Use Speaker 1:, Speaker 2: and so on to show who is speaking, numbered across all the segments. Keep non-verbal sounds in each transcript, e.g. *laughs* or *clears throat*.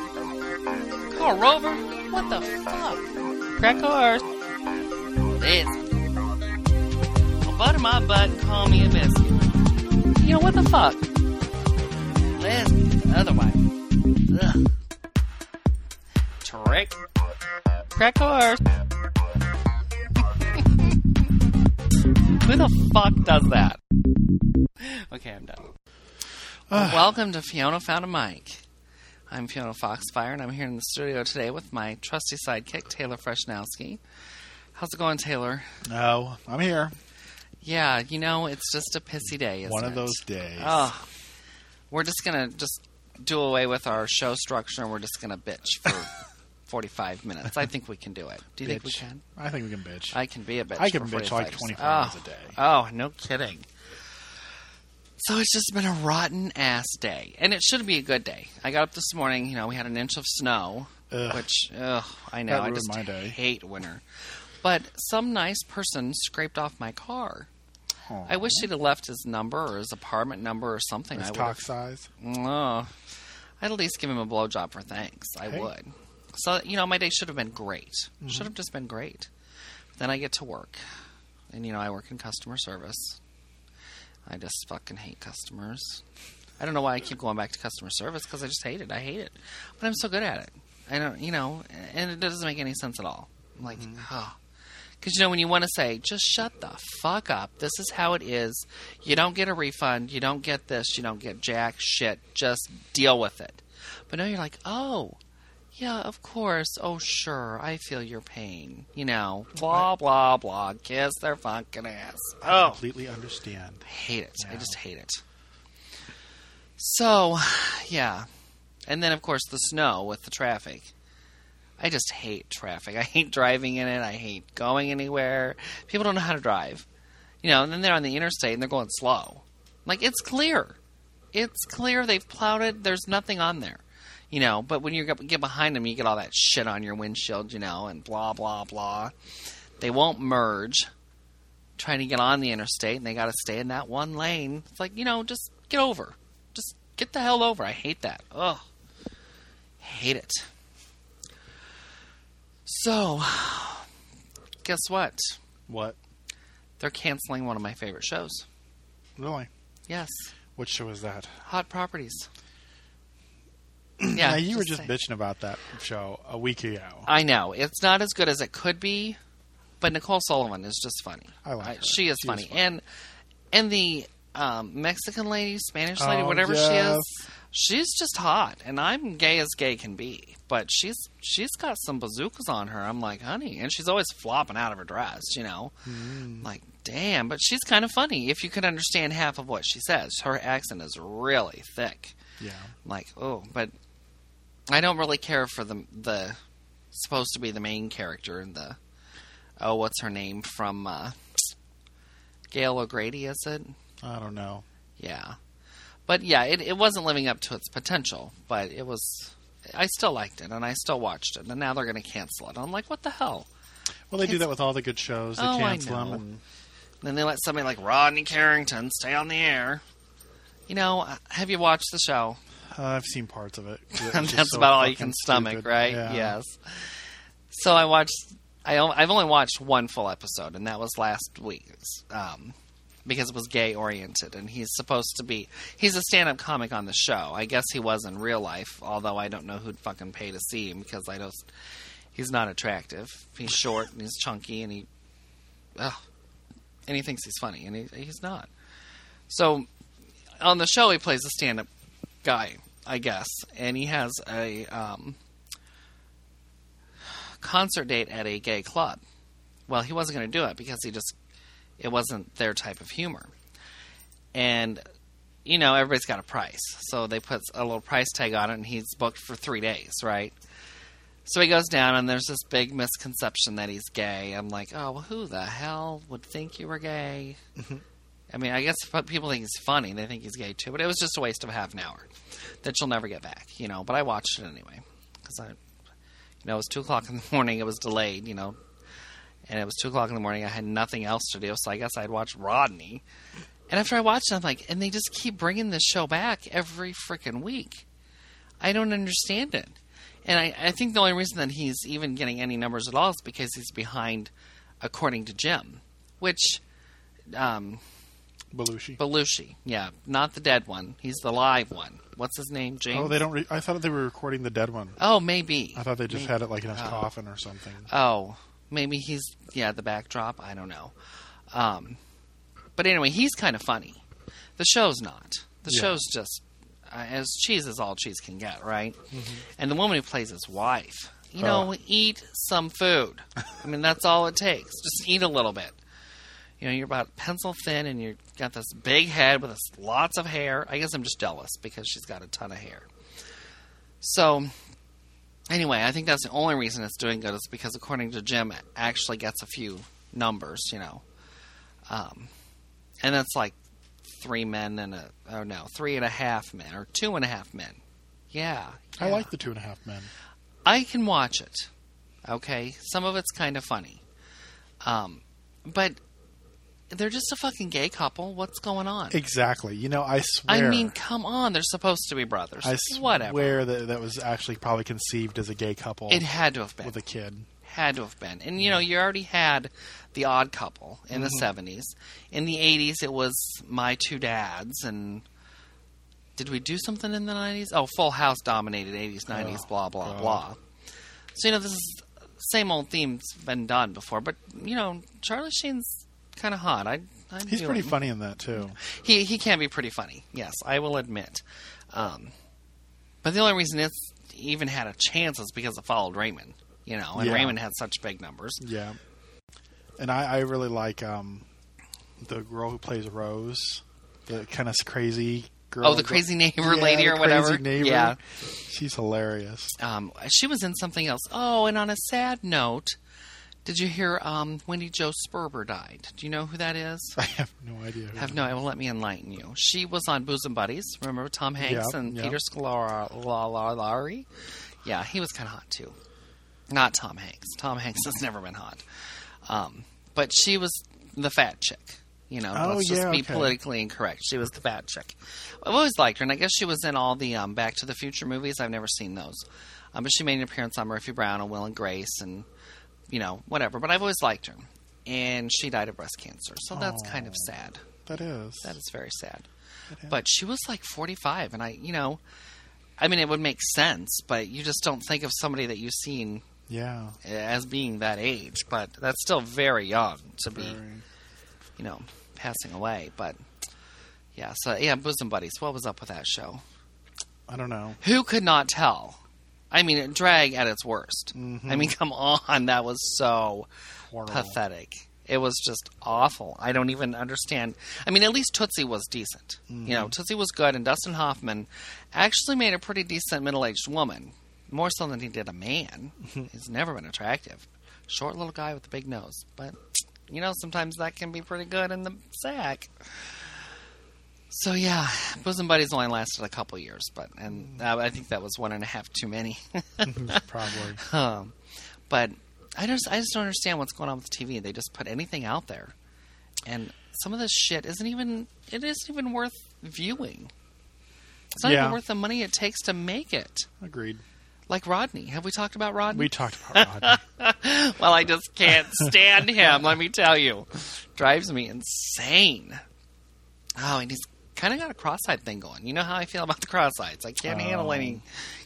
Speaker 1: Come on, Rover. What the fuck? Crack cars. Let's. Well, butter my butt and call me a biscuit. You know what the fuck? Let's the other way. Ugh. Trick. Crack cars. *laughs* Who the fuck does that? Okay, I'm done. Welcome to Fiona Found a Mic. I'm Fiona Foxfire, and I'm here in the studio today with my trusty sidekick, Taylor Freshnowski. How's it going, Taylor?
Speaker 2: No, Oh, I'm here.
Speaker 1: Yeah, you know, it's just a pissy day, isn't
Speaker 2: One of
Speaker 1: it?
Speaker 2: those days.
Speaker 1: Oh, we're just gonna just do away with our show structure, and we're just gonna bitch
Speaker 2: *laughs*
Speaker 1: for 45 minutes. I think we can do it. Do you think we
Speaker 2: Bitch.
Speaker 1: can?
Speaker 2: I think we can bitch.
Speaker 1: I can be a bitch.
Speaker 2: I can
Speaker 1: for
Speaker 2: bitch like
Speaker 1: 45
Speaker 2: 24 hours
Speaker 1: oh.
Speaker 2: a day.
Speaker 1: Oh, no kidding. So it's just been a rotten ass day, and it should be a good day. I got up this morning. You know, we had an inch of snow,
Speaker 2: Ugh.
Speaker 1: which ugh, I know
Speaker 2: That
Speaker 1: I
Speaker 2: ruined
Speaker 1: just
Speaker 2: my day.
Speaker 1: hate winter. But some nice person scraped off my car.
Speaker 2: Aw.
Speaker 1: I wish he'd have left his number or his apartment number or something. I
Speaker 2: His
Speaker 1: would
Speaker 2: cock size.
Speaker 1: Oh, I'd at least give him a blowjob for thanks. I
Speaker 2: Hey.
Speaker 1: would. So you know, my day should have been great. Should have just been great. Then I get to work, and you know, I work in customer service. I just fucking hate customers. I don't know why I keep going back to customer service because I just hate it. I hate it, but I'm so good at it. I don't, you know, and it doesn't make any sense at all. I'm like, oh. Because, you know, when you want to say, just shut the fuck up. This is how it is. You don't get a refund. You don't get this. You don't get jack shit. Just deal with it. But now you're like, oh, yeah, of course. Oh, sure. I feel your pain. You know, blah, blah, blah. Kiss their fucking ass. Oh,
Speaker 2: Completely understand.
Speaker 1: hate it. I just hate it. So, yeah. And then, of course, the snow with the traffic. I just hate traffic. I hate driving in it. I hate going anywhere. People don't know how to drive. You know, and then they're on the interstate and they're going slow. Like, it's clear. It's clear they've plowed it. There's nothing on there. You know, but when you get get behind them, you get all that shit on your windshield, you know, and blah, blah, blah. They won't merge trying to get on the interstate and they got to stay in that one lane. It's like, you know, just get over. Just get the hell over. I hate that. Ugh. Hate it. So, guess what?
Speaker 2: What?
Speaker 1: They're canceling one of my favorite shows.
Speaker 2: Really?
Speaker 1: Yes,
Speaker 2: Which show is that?
Speaker 1: Hot
Speaker 2: *clears throat*
Speaker 1: Properties. yeah,
Speaker 2: Now, you were just
Speaker 1: saying.
Speaker 2: bitching about that show a week ago.
Speaker 1: I know it's not as good as it could be, but Nicole Sullivan is just funny.
Speaker 2: I like her.
Speaker 1: She is
Speaker 2: She is
Speaker 1: funny.
Speaker 2: funny.
Speaker 1: and and the um, Mexican lady, Spanish lady,
Speaker 2: Oh,
Speaker 1: whatever she
Speaker 2: yes.
Speaker 1: is, she's just hot. And I'm gay as gay can be, but she's she's got some bazookas on her. I'm like, honey, and she's always flopping out of her dress, you know.
Speaker 2: Hmm.
Speaker 1: Like, damn, but she's kind of funny if you can understand half of what she says. Her accent is really thick
Speaker 2: yeah.
Speaker 1: like oh but i don't really care for the the supposed to be the main character in the oh what's her name from uh gail o'grady is it
Speaker 2: I don't know.
Speaker 1: yeah but yeah it, it wasn't living up to its potential but it was i still liked it and i still watched it and now they're going to cancel it i'm like what the hell
Speaker 2: Well, they do that with all the good shows. They
Speaker 1: Oh, I
Speaker 2: cancel
Speaker 1: know.
Speaker 2: them. And
Speaker 1: And then they let somebody like rodney carrington stay on the air you know uh, have you watched the show
Speaker 2: uh, I've seen parts
Speaker 1: *laughs*
Speaker 2: of it. It was
Speaker 1: and
Speaker 2: just
Speaker 1: that's
Speaker 2: so
Speaker 1: about all you
Speaker 2: fucking
Speaker 1: can stomach,
Speaker 2: stupid.
Speaker 1: right?
Speaker 2: Yeah.
Speaker 1: Yes. So I watched. I on- I've only watched one full episode, and that was last week's, um, because it was gay oriented, and he's supposed to be. He's a stand up comic on the show. I guess he was in real life, although I don't know who'd fucking pay to see him because I don't. He's not attractive. He's short and he's chunky, and he, ugh, and he thinks he's funny, and he, he's not. So on the show, he plays a stand up guy, I guess, and he has a um, concert date at a gay club. Well, he wasn't going to do it because he just it wasn't their type of humor, and you know everybody's got a price, so they put a little price tag on it, and he's booked for three days, right? So he goes down, and there's this big misconception that he's gay. I'm like, oh, well, who the hell would think you were gay? I mean, I guess fu- people think he's funny. They think he's gay too, but it was just a waste of half an hour that you'll never get back, you know. But I watched it anyway because I, you know, it was two o'clock in the *laughs* morning. It was delayed, you know, and it was two o'clock in the morning. I had nothing else to do, so I guess I'd watch Rodney. And after I watched it, I'm like, and they just keep bringing this show back every freaking week. I don't understand it. And I, I think the only reason that he's even getting any numbers at all is because he's behind, according to Jim, which um,
Speaker 2: Belushi.
Speaker 1: Belushi, yeah, not the dead one. He's the live one. What's his name, James?
Speaker 2: oh, they don't. Re- I thought they were recording the dead one.
Speaker 1: Oh, maybe.
Speaker 2: I thought they just
Speaker 1: Maybe.
Speaker 2: had it like in his
Speaker 1: Oh.
Speaker 2: coffin or something.
Speaker 1: Oh, maybe he's yeah the backdrop. I don't know. Um, but anyway, he's kind of funny. The show's not. The
Speaker 2: Yeah.
Speaker 1: show's just uh, as cheese as all cheese can get, right? And the woman who plays his wife, you know,
Speaker 2: Mm-hmm. Oh.
Speaker 1: eat some food. I mean, that's all it takes. Just eat a little bit. You know, you're about pencil thin, and you've got this big head with this, lots of hair. I guess I'm just jealous because she's got a ton of hair. So, anyway, I think that's the only reason it's doing good is because, according to Jim, it actually gets a few numbers, you know. Um, and that's like three men and a, oh no, three and a half men or two and a half men. Yeah.
Speaker 2: I
Speaker 1: yeah.
Speaker 2: like the Two and a Half Men.
Speaker 1: I can watch it. Okay, some of it's kind of funny, um, but they're just a fucking gay couple. What's going on?
Speaker 2: Exactly. You know, I
Speaker 1: I
Speaker 2: swear.
Speaker 1: mean, come on, they're supposed to be brothers.
Speaker 2: I swear
Speaker 1: Whatever.
Speaker 2: that that was actually probably conceived as a gay couple
Speaker 1: It had to have been.
Speaker 2: with a kid.
Speaker 1: had to have been. And you know, you already had the Odd Couple in
Speaker 2: Mm-hmm.
Speaker 1: the seventies. In the eighties, it was My Two Dads, and did we do something in the nineties? Oh, Full House dominated eighties, nineties,
Speaker 2: Oh,
Speaker 1: blah blah
Speaker 2: God.
Speaker 1: blah. So you know, this is same old theme's been done before, but you know, Charlie Sheen's kind of hot. I, I
Speaker 2: He's
Speaker 1: do
Speaker 2: pretty
Speaker 1: him.
Speaker 2: funny in that too.
Speaker 1: He he can be pretty funny. Yes, I will admit. Um, but the only reason it's even had a chance is because it followed Raymond. You know, and
Speaker 2: Yeah.
Speaker 1: Raymond had such big numbers.
Speaker 2: Yeah. And I, I really like um, the girl who plays Rose, the kind of crazy girl.
Speaker 1: Oh, the crazy neighbor
Speaker 2: Yeah,
Speaker 1: lady
Speaker 2: the
Speaker 1: or
Speaker 2: crazy
Speaker 1: whatever.
Speaker 2: neighbor.
Speaker 1: Yeah.
Speaker 2: She's hilarious. *laughs*
Speaker 1: Um, she was in something else. Oh, and on a sad note, did you hear um, Wendy Jo Sperber died? Do you know who that is?
Speaker 2: I have no idea. who-
Speaker 1: Have no. Well, let me enlighten you. She was on Bosom Buddies. Remember Tom Hanks
Speaker 2: Yeah,
Speaker 1: and
Speaker 2: yeah.
Speaker 1: Peter Scolari? Yeah, he was kind of hot too. Not Tom Hanks. Tom Hanks *laughs* has never been hot. Um, but she was the fat chick. You know,
Speaker 2: Oh,
Speaker 1: let's just
Speaker 2: yeah,
Speaker 1: be
Speaker 2: okay.
Speaker 1: politically incorrect. She was the fat chick. I've always liked her, and I guess she was in all the um, Back to the Future movies. I've never seen those, um, but she made an appearance on Murphy Brown and Will and Grace, and you know, whatever. But I've always liked her, and she died of breast cancer, so that's kind of sad.
Speaker 2: That is.
Speaker 1: That is very sad.
Speaker 2: That is.
Speaker 1: But she was like 45, and I, you know, I mean, it would make sense, but you just don't think of somebody that you've seen
Speaker 2: Yeah.
Speaker 1: as being that age. But that's still very young to be,
Speaker 2: Very-
Speaker 1: you know, passing away. But yeah, so yeah, Bosom Buddies. What was up with that show?
Speaker 2: I don't know.
Speaker 1: Who could not tell? I mean, drag at its worst.
Speaker 2: Mm-hmm.
Speaker 1: I mean, *laughs* come on, that was so
Speaker 2: Horrible.
Speaker 1: pathetic. It was just awful. I don't even understand. I mean, at least Tootsie was decent. You know, Tootsie was good, and Dustin Hoffman actually made a pretty decent middle aged woman, more so than he did a man. He's never been attractive. Short little guy with a big nose. But, you know, sometimes that can be pretty good in the sack. So yeah, bosom buddies only lasted a couple years, but and uh, I think that was one and a half too many. *laughs*
Speaker 2: *laughs* Probably.
Speaker 1: Um, but I just I just don't understand what's going on with TV. They just put anything out there, and some of this shit isn't even it isn't even worth viewing. It's not even
Speaker 2: Yeah.
Speaker 1: worth the money it takes to make it.
Speaker 2: Agreed.
Speaker 1: Like Rodney, have we talked about Rodney?
Speaker 2: We talked
Speaker 1: *laughs*
Speaker 2: about Rodney.
Speaker 1: well, I just can't stand him. Let me tell you, drives me insane. Oh, and he's kind of got a cross-eyed thing going. You know how I feel about the cross-eyes. I can't handle
Speaker 2: Oh.
Speaker 1: any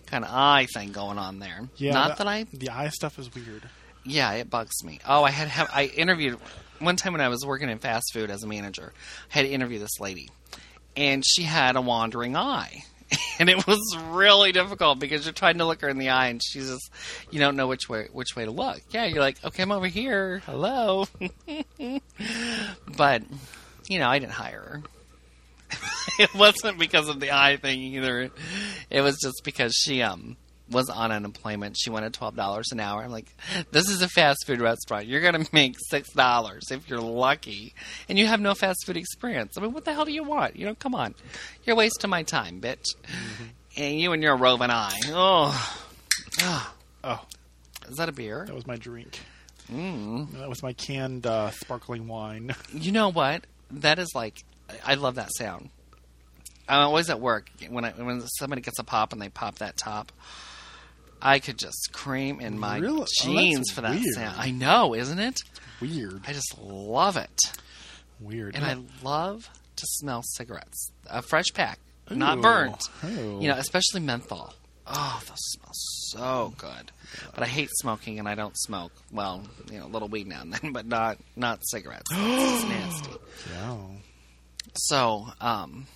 Speaker 1: kind of eye thing going on there.
Speaker 2: Yeah.
Speaker 1: Not
Speaker 2: the-
Speaker 1: that I
Speaker 2: The eye stuff is weird.
Speaker 1: yeah, it bugs me. Oh, I had have, I interviewed one time when I was working in fast food as a manager. I had to interview this lady, and she had a wandering eye, *laughs* and it was really difficult because you're trying to look her in the eye, and she's just you don't know which way which way to look. Yeah, you're like, okay, I'm over here. Hello, but you know, I didn't hire her. *laughs* it wasn't because of the eye thing either. It was just because she um was on unemployment. She wanted twelve dollars an hour. I'm like, this is a fast food restaurant. You're gonna make six dollars if you're lucky, and you have no fast food experience. I mean, what the hell do you want? You know, come on, you're wasting my time, bitch. And you and your roving eye. Oh, Ah,
Speaker 2: Oh,
Speaker 1: is that a beer?
Speaker 2: that was my drink. Mm. That was my canned uh, sparkling wine. *laughs*
Speaker 1: You know what? That is like, I love that sound. I'm always at work when I, when somebody gets a pop and they pop that top. I could just scream in my
Speaker 2: Really? Oh, that's
Speaker 1: jeans for that
Speaker 2: weird.
Speaker 1: sound. I know, isn't it?
Speaker 2: Weird.
Speaker 1: I just love it,
Speaker 2: Weird.
Speaker 1: and I love to smell cigarettes, a fresh pack,
Speaker 2: Ooh.
Speaker 1: not burnt.
Speaker 2: Ooh.
Speaker 1: You know, especially menthol. Oh, those smell so good. But I hate smoking, and I don't smoke. Well, you know, a little weed now and then, but not not cigarettes.
Speaker 2: *gasps*
Speaker 1: it's nasty.
Speaker 2: Wow.
Speaker 1: So, um,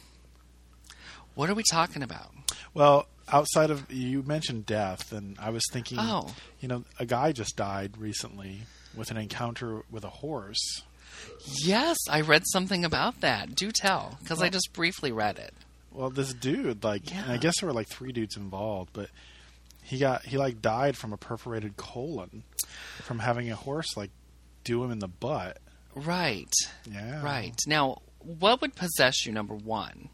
Speaker 1: what are we talking about?
Speaker 2: Well, outside of you mentioned death, and I was thinking,
Speaker 1: Oh.
Speaker 2: you know, a guy just died recently with an encounter with a horse.
Speaker 1: Yes, I read something about that. Do tell, because I just briefly read it.
Speaker 2: Well, this dude, like, and I
Speaker 1: Yeah.
Speaker 2: guess there were like three dudes involved, but he got he like died from a perforated colon from having a horse like do him in the butt.
Speaker 1: Right,
Speaker 2: Yeah,
Speaker 1: right. Now, what would possess you, number one?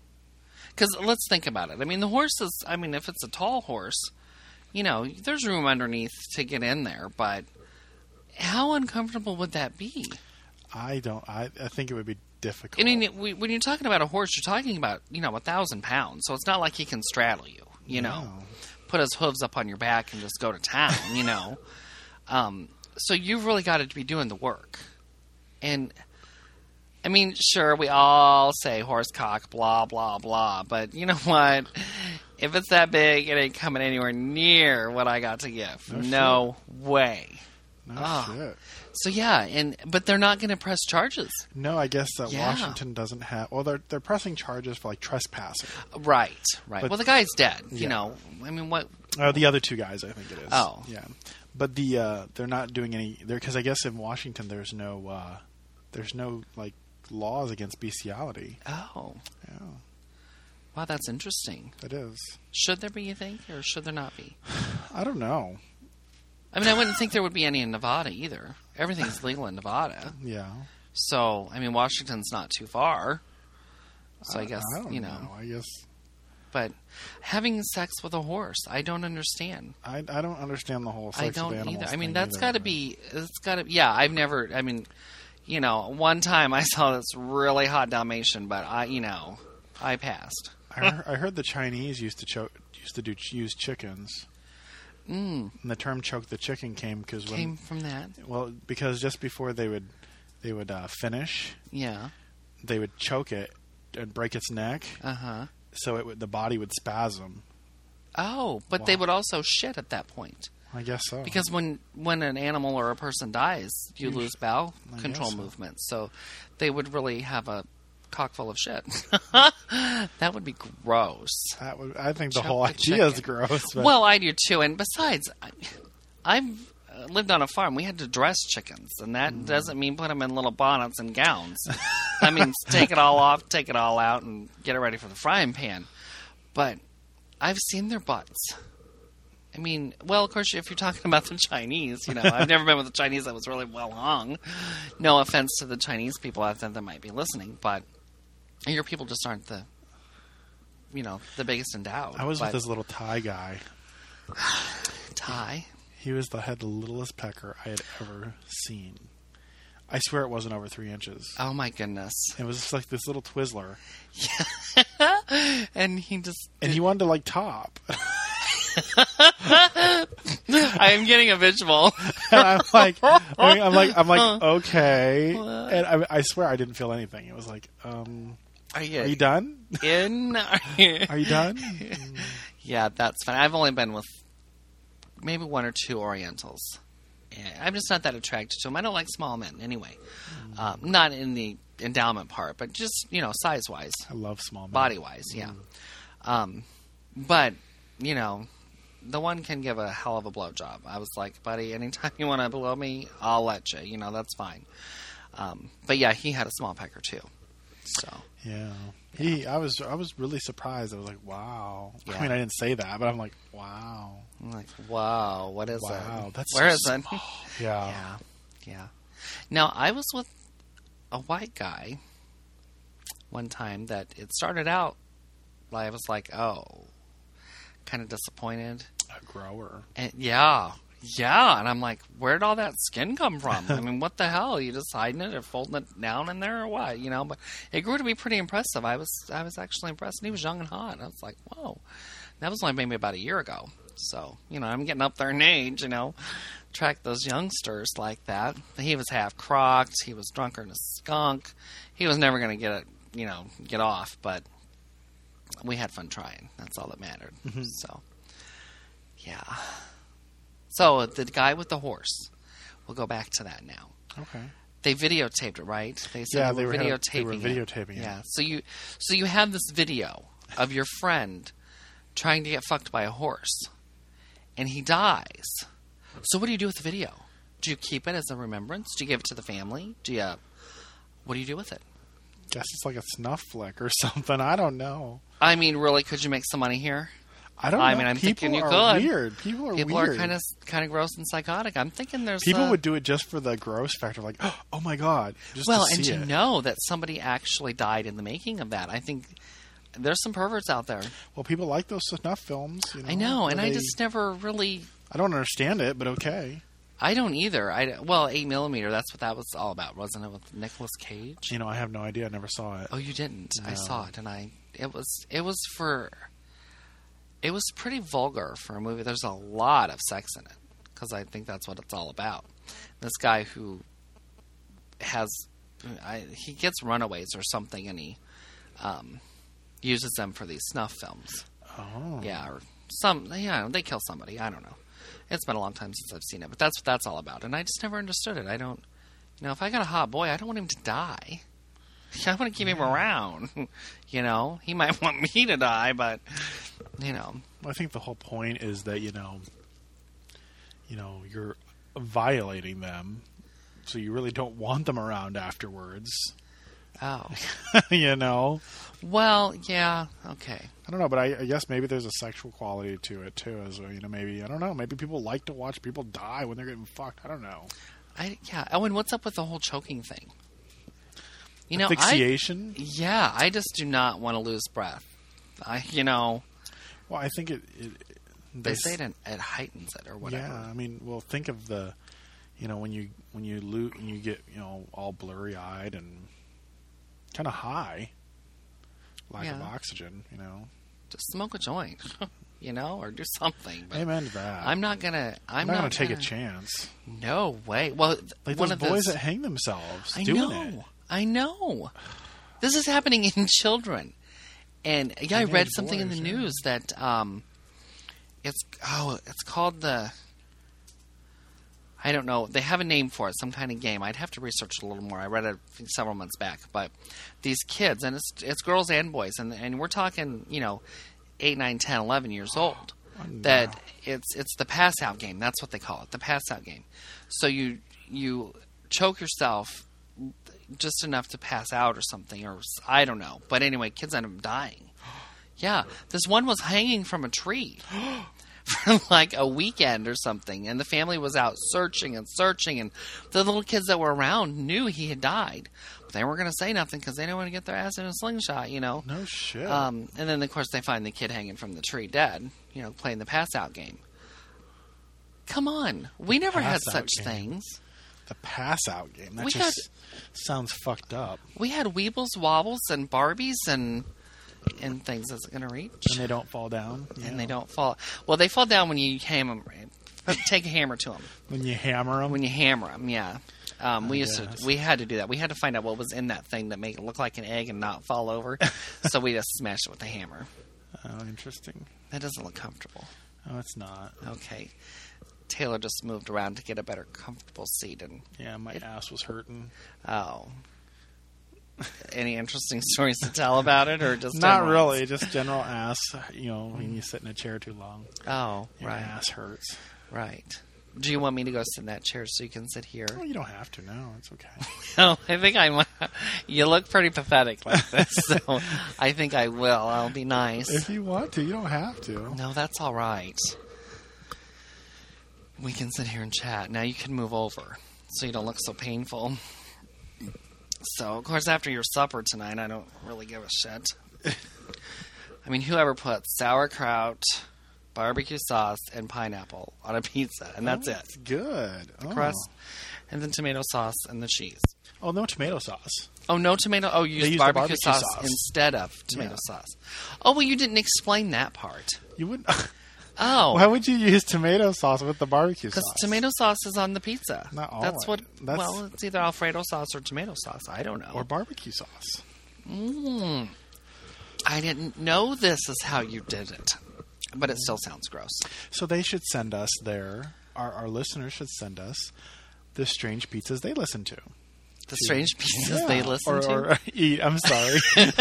Speaker 1: Because let's think about it. I mean, the horse is, I mean, if it's a tall horse, you know, there's room underneath to get in there, but how uncomfortable would that be?
Speaker 2: I don't. I I think it would be difficult.
Speaker 1: I mean, we, when you're talking about a horse, you're talking about, you know, a thousand pounds, so it's not like he can straddle you, you know?
Speaker 2: No.
Speaker 1: put his hooves up on your back and just go to town, you
Speaker 2: *laughs*
Speaker 1: know. um, so you've really got to be doing the work. And I mean, sure, we all say horse cock, blah blah blah, but you know what? If it's that big, it ain't coming anywhere near what I got to give.
Speaker 2: No
Speaker 1: No, way.
Speaker 2: no
Speaker 1: ah.
Speaker 2: shit.
Speaker 1: So yeah, and but they're not going to press charges,
Speaker 2: No, I guess that
Speaker 1: Yeah.
Speaker 2: Washington doesn't have. Well, they're they're pressing charges for like trespassing.
Speaker 1: right? Right.
Speaker 2: But-
Speaker 1: well, the guy's dead.
Speaker 2: Yeah.
Speaker 1: You know. I mean, what?
Speaker 2: Uh, the other two guys, I think it is.
Speaker 1: Oh.
Speaker 2: yeah, but the uh, they're not doing any there because I guess in Washington there's no uh, there's no like laws against bestiality.
Speaker 1: Oh,
Speaker 2: Yeah,
Speaker 1: wow, that's interesting.
Speaker 2: it is.
Speaker 1: Should there be, you think, or should there not be?
Speaker 2: I don't know.
Speaker 1: I mean, I wouldn't think there would be any in Nevada either. Everything's legal in Nevada,
Speaker 2: Yeah,
Speaker 1: so I mean, Washington's not too far. So I, guess
Speaker 2: Uh, I don't
Speaker 1: you know.
Speaker 2: I guess
Speaker 1: But having sex with a horse, I don't understand.
Speaker 2: I, I don't understand the whole sex
Speaker 1: I don't
Speaker 2: of animals.
Speaker 1: either. I mean,
Speaker 2: thing
Speaker 1: that's
Speaker 2: either,
Speaker 1: got to
Speaker 2: but-
Speaker 1: be. It's got to. Yeah, I've never. I mean, you know, one time I saw this really hot Dalmatian, but I, you know, I passed.
Speaker 2: I, heard, I heard the Chinese used to choke used to do use chickens,
Speaker 1: Mm,
Speaker 2: and the term "choke the chicken" came because when
Speaker 1: came from that.
Speaker 2: well because just before they would they would uh, finish
Speaker 1: Yeah.
Speaker 2: they would choke it and break its neck.
Speaker 1: Uh huh.
Speaker 2: so it would, the body would spasm.
Speaker 1: Oh, but they
Speaker 2: Wow.
Speaker 1: would also shit at that point.
Speaker 2: I guess so.
Speaker 1: Because when when an animal or a person dies, you
Speaker 2: Huge.
Speaker 1: lose bowel
Speaker 2: I
Speaker 1: control
Speaker 2: guess so.
Speaker 1: movements. So they would really have a cock full of shit. *laughs* that would be gross.
Speaker 2: that would, I think the
Speaker 1: Choke
Speaker 2: whole
Speaker 1: the
Speaker 2: idea is
Speaker 1: chicken.
Speaker 2: gross. But
Speaker 1: Well, I do too. And besides, I, I've uh, lived on a farm. We had to dress chickens, and that
Speaker 2: Mm-hmm.
Speaker 1: doesn't mean put them in little bonnets and gowns.
Speaker 2: *laughs*
Speaker 1: that means take it all off, take it all out, and get it ready for the frying pan. But I've seen their butts. I mean, well, of course, if you're talking about the Chinese, you know, I've never been with a Chinese that was really well hung. No offense to the Chinese people out there that might be listening, but your people just aren't the, you know, the biggest endowed.
Speaker 2: I was
Speaker 1: but-
Speaker 2: with this little Thai guy.
Speaker 1: Tie.
Speaker 2: He was the had the littlest pecker I had ever seen. I swear it wasn't over three inches.
Speaker 1: Oh my goodness.
Speaker 2: It was just like this little Twizzler,
Speaker 1: *laughs* And he just.
Speaker 2: and he wanted to like top. *laughs*
Speaker 1: I am getting a visual.
Speaker 2: and I'm like, I mean, I'm like, I'm like, okay. And I, I swear I didn't feel anything. It was like, um,
Speaker 1: *laughs* Are you,
Speaker 2: are you done?
Speaker 1: in? Are you-
Speaker 2: *laughs* Are you done?
Speaker 1: yeah, that's fine. I've only been with maybe one or two Orientals. Yeah, I'm just not that attracted to them. I don't like small men anyway.
Speaker 2: Hmm.
Speaker 1: Um, not in the endowment part, but just, you know, size wise,
Speaker 2: I love small men.
Speaker 1: body wise, yeah.
Speaker 2: Mm-hmm.
Speaker 1: Um, but, you know, the one can give a hell of a blowjob. I was like, buddy, anytime you want to blow me, I'll let you. You know, that's fine. Um, but yeah, he had a small pecker too. So
Speaker 2: Yeah. He, I was, I was really surprised. I was like, "Wow." I
Speaker 1: Yeah.
Speaker 2: mean, I didn't say that, but I'm like, "Wow."
Speaker 1: I'm like, wow, what is that?
Speaker 2: Wow, that's
Speaker 1: Where
Speaker 2: so
Speaker 1: is it?
Speaker 2: Yeah.
Speaker 1: *laughs* Yeah, yeah. Now I was with a white guy one time that it started out. I was like, oh, kind of disappointed.
Speaker 2: A grower.
Speaker 1: And yeah, Yeah, and I'm like, where'd all that skin come from? I mean, what the hell? You just hiding it or folding it down in there or what? You know, but it grew to be pretty impressive. I was I was actually impressed, and he was young and hot. I was like, whoa, that was only maybe about a year ago. So you know, I'm getting up there in age. You know, track those youngsters like that. He was half crocked. He was drunker than a skunk. He was never going to get it. You know, get off. But we had fun trying. That's all that mattered. So, yeah. So the guy with the horse. We'll go back to that now.
Speaker 2: Okay.
Speaker 1: They videotaped it, right? They said
Speaker 2: Yeah,
Speaker 1: they,
Speaker 2: they
Speaker 1: were
Speaker 2: were-
Speaker 1: videotaping.
Speaker 2: they were
Speaker 1: it.
Speaker 2: videotaping it.
Speaker 1: Yeah. So you so you have this video of your friend trying to get fucked by a horse, and he dies. So what do you do with the video? Do you keep it as a remembrance? Do you give it to the family? Do you? What do you do with it?
Speaker 2: Guess it's like a snuff flick or *laughs* something. I don't know.
Speaker 1: I mean, really, could you make some money here?
Speaker 2: I don't.
Speaker 1: I
Speaker 2: know.
Speaker 1: mean, I'm
Speaker 2: People
Speaker 1: thinking you
Speaker 2: are
Speaker 1: could.
Speaker 2: weird. People are
Speaker 1: People
Speaker 2: weird.
Speaker 1: are uh, kind of kind of gross and psychotic. I'm thinking there's
Speaker 2: People
Speaker 1: a-
Speaker 2: would do it just for the gross factor, like, *gasps* oh my god, just
Speaker 1: well,
Speaker 2: to
Speaker 1: and
Speaker 2: see
Speaker 1: to
Speaker 2: it.
Speaker 1: know that somebody actually died in the making of that, I think there's some perverts out there.
Speaker 2: Well, people like those snuff films. You know,
Speaker 1: I know,
Speaker 2: where
Speaker 1: and I
Speaker 2: they-
Speaker 1: just never really.
Speaker 2: I don't understand it, but okay.
Speaker 1: I don't either. I well, eight millimeter. That's what that was all about, wasn't it? With Nicolas Cage.
Speaker 2: You know, I have no idea. I never saw it.
Speaker 1: Oh, you didn't. I
Speaker 2: No.
Speaker 1: saw it, and I it was it was for it was pretty vulgar for a movie. There's a lot of sex in it because I think that's what it's all about. This guy who has I, he gets runaways or something, and he um, uses them for these snuff films.
Speaker 2: Oh,
Speaker 1: Uh, Yeah, or some yeah they kill somebody. I don't know. It's been a long time since I've seen it, but that's what that's all about. And I just never understood it. I don't, you know, if I got a hot boy, I don't want him to die. *laughs* I want to keep him around. *laughs* You know, he might *laughs* want me to die, but you know,
Speaker 2: I think the whole point is that you know, you know, you're violating them, so you really don't want them around afterwards. *laughs*
Speaker 1: oh
Speaker 2: you know,
Speaker 1: well, yeah, okay.
Speaker 2: I don't know, but I, I guess maybe there's a sexual quality to it too, as well. You know, maybe I don't know. Maybe people like to watch people die when they're getting fucked. I don't know.
Speaker 1: I yeah. Oh, and what's up with the whole choking thing? You know, I
Speaker 2: Asphyxiation.
Speaker 1: yeah, I just do not want to lose breath. I you know
Speaker 2: well, I think it. it
Speaker 1: they,
Speaker 2: s-
Speaker 1: say it, and it heightens it or whatever.
Speaker 2: Yeah, I mean, well, think of the, you know, when you when you loot and you get you know all blurry eyed and kind of high, lack of
Speaker 1: Yeah.
Speaker 2: oxygen. You know,
Speaker 1: just smoke a joint, *laughs* you know, or do something. But
Speaker 2: amen to that.
Speaker 1: I'm not gonna. I'm,
Speaker 2: I'm not
Speaker 1: going to
Speaker 2: take a chance.
Speaker 1: No way. Well, th-
Speaker 2: Like
Speaker 1: one
Speaker 2: those
Speaker 1: of
Speaker 2: boys
Speaker 1: those-
Speaker 2: that hang themselves
Speaker 1: I
Speaker 2: doing
Speaker 1: know.
Speaker 2: it.
Speaker 1: I know. This is happening *laughs* in children, and yeah, I
Speaker 2: Teenage
Speaker 1: read something in the
Speaker 2: boys, yeah.
Speaker 1: news that um, it's oh, it's called the. I don't know. They have a name for it, some kind of game. I'd have to research it a little more. I read it several months back, but these kids, and it's it's girls and boys, and and we're talking, you know, eight, nine, ten, eleven years old.
Speaker 2: Oh,
Speaker 1: That it's it's the pass out game. That's what they call it, the pass out game. So you you choke yourself just enough to pass out or something, or s- I don't know. But anyway, kids end up dying. Yeah, this one was hanging from a tree for like a weekend or something, and the family was out searching and searching, and the little kids that were around knew he had died. But they weren't going to say nothing because they didn't want to get their ass in a slingshot, you know.
Speaker 2: No shit.
Speaker 1: Um, and then, of course, they find the kid hanging from the tree dead, you know, playing the pass out game. Come on, we never had
Speaker 2: Pass-out
Speaker 1: such
Speaker 2: game.
Speaker 1: things.
Speaker 2: the pass out game. That
Speaker 1: we
Speaker 2: just sounds fucked up.
Speaker 1: We had Weebles, Wobbles, and Barbies, and and things that's going to reach,
Speaker 2: And they don't fall down.
Speaker 1: and they don't fall. Well, they fall down when you hammer. *laughs* Take a hammer to them
Speaker 2: When you hammer them.
Speaker 1: when you hammer them. Yeah, um, we used
Speaker 2: guess.
Speaker 1: to. We had to do that. We had to find out what was in that thing that made it look like an egg and not fall
Speaker 2: *laughs*
Speaker 1: over. so we just smashed it with a hammer.
Speaker 2: oh, interesting.
Speaker 1: That doesn't look comfortable.
Speaker 2: Oh, it's not.
Speaker 1: Okay, Taylor just moved around to get a better comfortable seat, and
Speaker 2: Yeah, my ass was hurting.
Speaker 1: oh. Any interesting *laughs* stories to tell about it, or just
Speaker 2: Not
Speaker 1: demos?
Speaker 2: really, just general ass. You know, when you sit in a chair too long,
Speaker 1: Oh,
Speaker 2: your
Speaker 1: right.
Speaker 2: ass hurts.
Speaker 1: Right. Do you want me to go sit in that chair so you can sit here? *laughs*
Speaker 2: Well, you don't have to. No, it's okay.
Speaker 1: No, I think I might. *laughs* You look pretty pathetic like this, *laughs* so I think I will. I'll be nice.
Speaker 2: *laughs* if you want to, you don't have to.
Speaker 1: No, that's all right. We can sit here and chat. Now you can move over so you don't look so painful. So, of course, after your supper tonight, I don't really give a shit. I mean, whoever put sauerkraut, barbecue sauce, and pineapple on a pizza, and that's it.
Speaker 2: Good. Oh.
Speaker 1: Crust, and then tomato sauce and the cheese.
Speaker 2: Oh, no tomato sauce.
Speaker 1: Oh, no tomato. Oh, you used
Speaker 2: They used the
Speaker 1: barbecue,
Speaker 2: barbecue
Speaker 1: sauce,
Speaker 2: sauce.
Speaker 1: instead of tomato
Speaker 2: Yeah.
Speaker 1: sauce. Oh, well, you didn't explain that part.
Speaker 2: You wouldn't. *laughs*
Speaker 1: Oh,
Speaker 2: Why would you use tomato sauce with the barbecue
Speaker 1: Because
Speaker 2: sauce?
Speaker 1: tomato sauce is on the pizza.
Speaker 2: Not all
Speaker 1: That's
Speaker 2: of
Speaker 1: what.
Speaker 2: it. That's-
Speaker 1: well, it's either Alfredo sauce or tomato sauce. I don't know.
Speaker 2: or hmm. barbecue sauce.
Speaker 1: Mm. I didn't know this is how you did it, but it still sounds gross.
Speaker 2: So they should send us their our, our listeners should send us the strange pizzas they listen to.
Speaker 1: The strange pieces
Speaker 2: Yeah.
Speaker 1: they listen
Speaker 2: or,
Speaker 1: to.
Speaker 2: or *laughs* eat.
Speaker 1: *laughs*
Speaker 2: I'm sorry. *laughs* this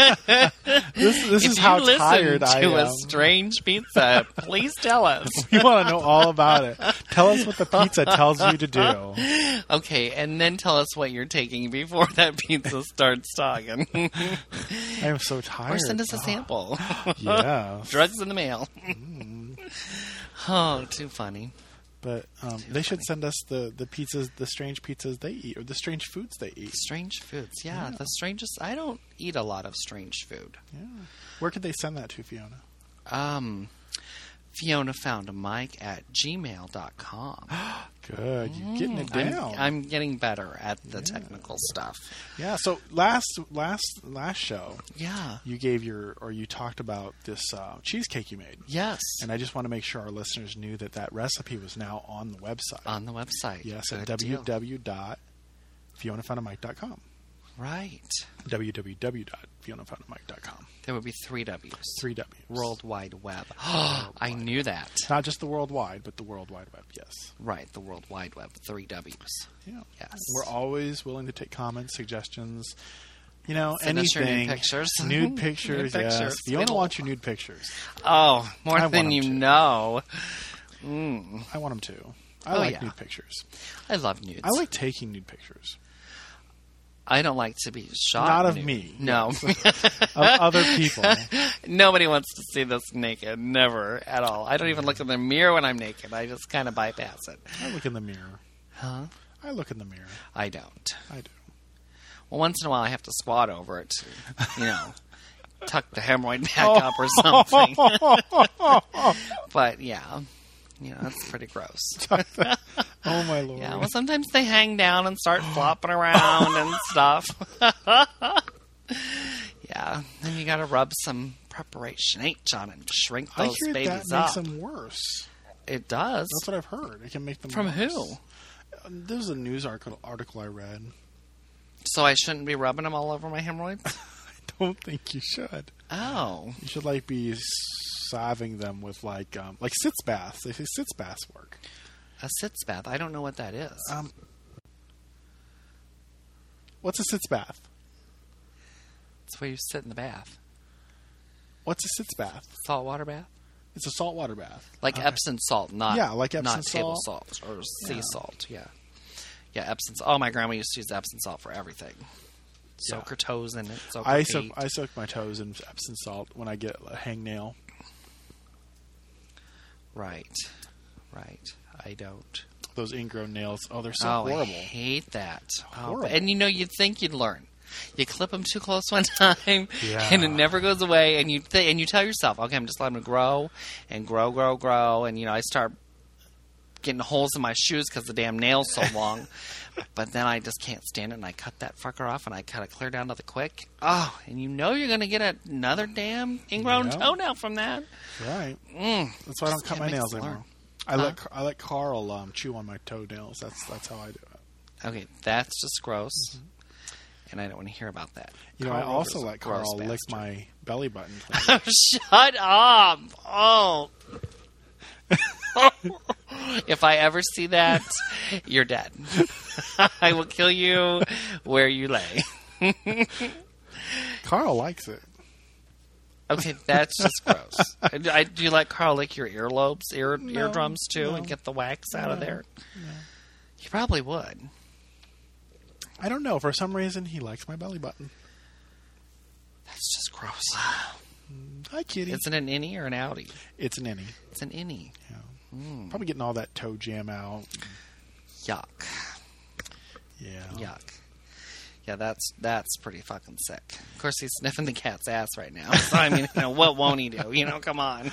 Speaker 2: this
Speaker 1: if
Speaker 2: is
Speaker 1: you
Speaker 2: how
Speaker 1: listen
Speaker 2: tired
Speaker 1: to
Speaker 2: I
Speaker 1: a
Speaker 2: am.
Speaker 1: strange
Speaker 2: *laughs*
Speaker 1: pizza, please tell us.
Speaker 2: we want to know all about it. Tell us what the pizza tells you to do.
Speaker 1: Okay, and then tell us what you're taking before *laughs* that pizza starts
Speaker 2: *laughs*
Speaker 1: talking,
Speaker 2: I am so tired.
Speaker 1: or send us a
Speaker 2: Ah,
Speaker 1: sample.
Speaker 2: *laughs* Yeah,
Speaker 1: Drugs in the mail.
Speaker 2: Hmm.
Speaker 1: *laughs* oh, too funny.
Speaker 2: but um, they should send us the the pizzas, the strange pizzas they eat, or the strange foods they eat.
Speaker 1: Strange foods, yeah, The strangest. I don't eat a lot of strange food.
Speaker 2: Yeah. Where could they send that to, Fiona?
Speaker 1: Um, Fiona found Mike at *gasps* gmail.com.
Speaker 2: Good,
Speaker 1: Mm.
Speaker 2: you're getting it
Speaker 1: I'm,
Speaker 2: down.
Speaker 1: I'm getting better at the technical stuff.
Speaker 2: yeah. So last last last show,
Speaker 1: Yeah.
Speaker 2: you gave your or you talked about this uh, cheesecake you made,
Speaker 1: Yes.
Speaker 2: and I just want to make sure our listeners knew that that recipe was now on the website.
Speaker 1: on the website.
Speaker 2: yes, at
Speaker 1: Good deal.
Speaker 2: www.fionafoundamike.com.
Speaker 1: Right.
Speaker 2: www.fionafoundamike.com.
Speaker 1: There would be three W's.
Speaker 2: Three W's.
Speaker 1: World Wide Web. *gasps* I knew that.
Speaker 2: Not just the worldwide, but the World Wide Web. Yes.
Speaker 1: Right. The World Wide Web. Three W's.
Speaker 2: Yeah.
Speaker 1: Yes.
Speaker 2: We're always willing to take comments, suggestions. You know,
Speaker 1: Send us your nude
Speaker 2: anything.
Speaker 1: pictures.
Speaker 2: *laughs*
Speaker 1: *laughs*
Speaker 2: Nude
Speaker 1: Nude
Speaker 2: pictures. yes.
Speaker 1: pictures.
Speaker 2: Fiona
Speaker 1: We'll-
Speaker 2: wants your nude pictures.
Speaker 1: Oh, more
Speaker 2: I want
Speaker 1: than
Speaker 2: them
Speaker 1: you
Speaker 2: to.
Speaker 1: know. Mm.
Speaker 2: I want them too. I
Speaker 1: Oh,
Speaker 2: like
Speaker 1: yeah.
Speaker 2: nude pictures.
Speaker 1: I love nudes.
Speaker 2: I like taking nude pictures
Speaker 1: I don't like to be shot.
Speaker 2: Not of
Speaker 1: nude.
Speaker 2: me.
Speaker 1: No.
Speaker 2: *laughs* of other people.
Speaker 1: *laughs* Nobody wants to see this naked. Never at all. I don't even look in the mirror when I'm naked. I just kind of bypass it.
Speaker 2: I look in the mirror.
Speaker 1: Huh?
Speaker 2: I look in the mirror.
Speaker 1: I don't.
Speaker 2: I do.
Speaker 1: Well, once in a while, I have to squat over it to, you know,
Speaker 2: *laughs*
Speaker 1: tuck the hemorrhoid back up or something.
Speaker 2: *laughs*
Speaker 1: *laughs* but yeah, you know, that's pretty gross.
Speaker 2: Oh my lord.
Speaker 1: Yeah, well, sometimes they hang down and start flopping around
Speaker 2: *laughs*
Speaker 1: and stuff. *laughs* yeah, then you got to rub some preparation H on it and shrink
Speaker 2: I
Speaker 1: those
Speaker 2: hear that
Speaker 1: babies
Speaker 2: makes
Speaker 1: up.
Speaker 2: them worse.
Speaker 1: It does.
Speaker 2: That's what I've heard. It can make them
Speaker 1: From
Speaker 2: worse.
Speaker 1: who?
Speaker 2: There's a news article article I read. *laughs*
Speaker 1: So I shouldn't be rubbing them all over my hemorrhoids? *laughs*
Speaker 2: I don't think you should.
Speaker 1: Oh,
Speaker 2: You should like be salving them with like um, like sitz baths. They say sitz baths work.
Speaker 1: a sitz bath. I don't know what that is.
Speaker 2: Um, what's a sitz bath?
Speaker 1: It's where you sit in the bath.
Speaker 2: What's a sitz bath?
Speaker 1: Saltwater bath?
Speaker 2: It's a saltwater bath.
Speaker 1: Like Epsom salt, not
Speaker 2: Yeah, like Epsom
Speaker 1: not table salt or sea
Speaker 2: Yeah.
Speaker 1: salt. Yeah, yeah, Epsom. salt. Oh, my grandma used to use Epsom salt for everything. Soak
Speaker 2: Yeah.
Speaker 1: her toes in it. Soak her
Speaker 2: I soak,
Speaker 1: feet.
Speaker 2: I soak my toes in Epsom salt when I get a hangnail.
Speaker 1: Right, right. I don't.
Speaker 2: Those ingrown nails. Oh, they're so
Speaker 1: oh, I
Speaker 2: horrible.
Speaker 1: hate that. Oh,
Speaker 2: Horrible.
Speaker 1: and you know, you'd think you'd learn. You clip them too close *laughs* one time,
Speaker 2: Yeah.
Speaker 1: and it never goes away. And you th- and you tell yourself, okay, I'm just letting them grow and grow, grow, grow. And you know, I start getting holes in my shoes because the damn nails
Speaker 2: *laughs*
Speaker 1: so long. but then I just can't stand it, and I cut that fucker off, and I cut it clear down to the quick. Oh, and you know you're gonna get another damn ingrown
Speaker 2: Yeah.
Speaker 1: toenail from that.
Speaker 2: Right.
Speaker 1: Mm.
Speaker 2: That's why I don't cut
Speaker 1: can't
Speaker 2: my
Speaker 1: make
Speaker 2: nails
Speaker 1: it learn.
Speaker 2: anymore. I let I let Carl um, chew on my toenails. That's that's how I do it.
Speaker 1: Okay, that's just gross, and I don't want to hear about that.
Speaker 2: Mm-hmm. You know, I
Speaker 1: Carl
Speaker 2: also
Speaker 1: is a
Speaker 2: let
Speaker 1: gross
Speaker 2: Carl lick
Speaker 1: bastard.
Speaker 2: my
Speaker 1: *laughs*
Speaker 2: belly button. clean.
Speaker 1: Shut up! Oh. *laughs* if I ever see
Speaker 2: *laughs*
Speaker 1: that, you're dead. *laughs* I will kill you where you lay.
Speaker 2: Carl likes it.
Speaker 1: Okay, that's just gross.
Speaker 2: *laughs*
Speaker 1: I, I- do you like Carl lick your earlobes, ear, eardrums too,
Speaker 2: no.
Speaker 1: and get the wax out of there? He probably would.
Speaker 2: I don't know. For some reason, he likes my belly button.
Speaker 1: That's just
Speaker 2: *sighs*
Speaker 1: gross.
Speaker 2: Hi, kitty.
Speaker 1: It's an innie or an outie?
Speaker 2: It's an innie.
Speaker 1: It's an innie. Hmm.
Speaker 2: Yeah. Probably getting all that toe jam out.
Speaker 1: Yuck.
Speaker 2: Yeah.
Speaker 1: Yuck. Yeah, that's that's pretty fucking sick.
Speaker 2: *laughs*
Speaker 1: Of course, he's sniffing the cat's ass right now. So I mean, you know, what won't he do? You know, come on.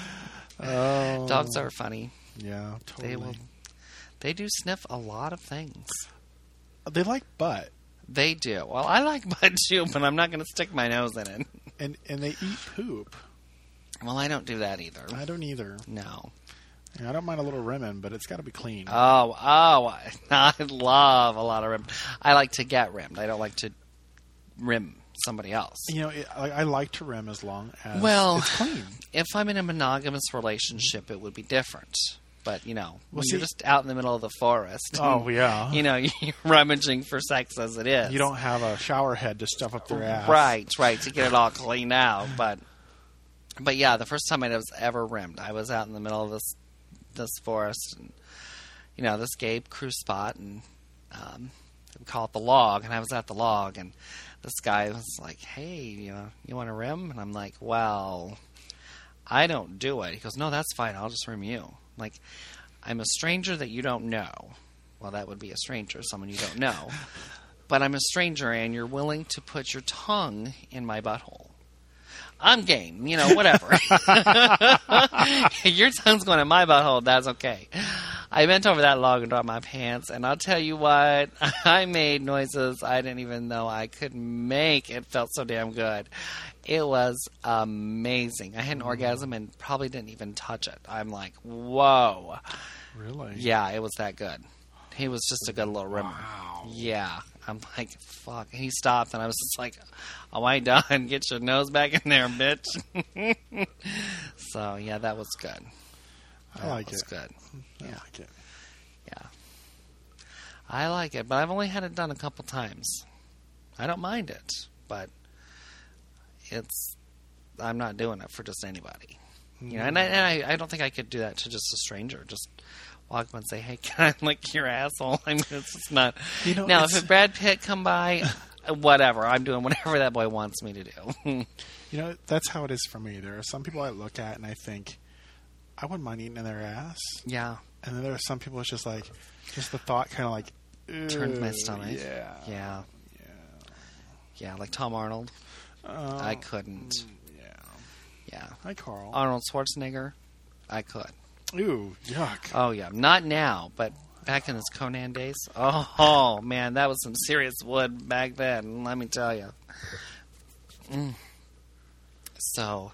Speaker 2: Oh,
Speaker 1: Dogs are funny.
Speaker 2: yeah, totally.
Speaker 1: They will. They do sniff a lot of things.
Speaker 2: They like butt,
Speaker 1: They do. Well, I like *laughs* butt too, but I'm not going to stick my nose in it.
Speaker 2: and and they eat poop.
Speaker 1: Well, I don't do that either.
Speaker 2: I don't either.
Speaker 1: No.
Speaker 2: Yeah, I don't mind a little rimming, but it's got to be clean.
Speaker 1: Oh, oh, I- *laughs* I love a lot of rim. I like to get rimmed. I don't like to rim somebody else.
Speaker 2: you know, it, I, I like to rim as long as
Speaker 1: Well-
Speaker 2: it's clean.
Speaker 1: If I'm in a monogamous relationship, it would be different. But you know, when you're
Speaker 2: Well, see-
Speaker 1: just out in the middle of the forest.
Speaker 2: Oh yeah,
Speaker 1: You know, *laughs* you're rummaging for sex as it is.
Speaker 2: you don't have a shower head to stuff up their ass,
Speaker 1: Right, right, to get it all cleaned out. But but yeah, the first time I was ever rimmed, I was out in the middle of this this forest and you know, this Gabe crew spot and um we call it the log and I was at the log and this guy was like, Hey, you know, you want a rim? And I'm like, Well, I don't do it. He goes, No, that's fine, I'll just rim you. I'm like, I'm a stranger that you don't know. Well, that would be a stranger, someone you don't know. but I'm a stranger and you're willing to put your tongue in my butthole. I'm game, you know, whatever. your tongue's going in my butthole, that's okay. I bent over that log and dropped my pants, and I'll tell you what, *laughs* I made noises I didn't even know I could make. It felt so damn good. It was amazing. I had an orgasm and probably didn't even touch it. I'm like, whoa.
Speaker 2: Really?
Speaker 1: Yeah, it was that good. He was just a good little rimmer.
Speaker 2: Wow.
Speaker 1: Yeah. I'm like, fuck. He stopped, and I was just like, oh, I done. *laughs* Get your nose back in there, bitch. *laughs* so, yeah, that was good.
Speaker 2: I
Speaker 1: That
Speaker 2: like
Speaker 1: was
Speaker 2: it.
Speaker 1: good.
Speaker 2: I like it.
Speaker 1: Yeah. I like it, but I've only had it done a couple times. I don't mind it, but it's. I'm not doing it for just anybody. You know, and, I, and I, I don't think I could do that to just a stranger. Just walk up and say, "Hey, *laughs* can I lick your asshole?" *laughs* I mean, it's just not.
Speaker 2: You know,
Speaker 1: now,
Speaker 2: it's-
Speaker 1: if Brad Pitt come by, *laughs* whatever. I'm doing whatever that boy wants me to do. *laughs*
Speaker 2: You know, that's how it is for me. There are some people I look at and I think, I wouldn't mind eating in their ass.
Speaker 1: yeah,
Speaker 2: And then there are some people it's just like, just the thought kind of like,
Speaker 1: turns my
Speaker 2: "Ew,
Speaker 1: stomach.
Speaker 2: Yeah.
Speaker 1: yeah, yeah. Like Tom Arnold,
Speaker 2: Uh,
Speaker 1: I couldn't.
Speaker 2: yeah.
Speaker 1: Yeah,
Speaker 2: Hi, Carl.
Speaker 1: Arnold Schwarzenegger, I could.
Speaker 2: Ew, yuck.
Speaker 1: Oh yeah, not now, but back in his Conan days. Oh, oh, man, that was some serious wood back then. Let me tell you. So,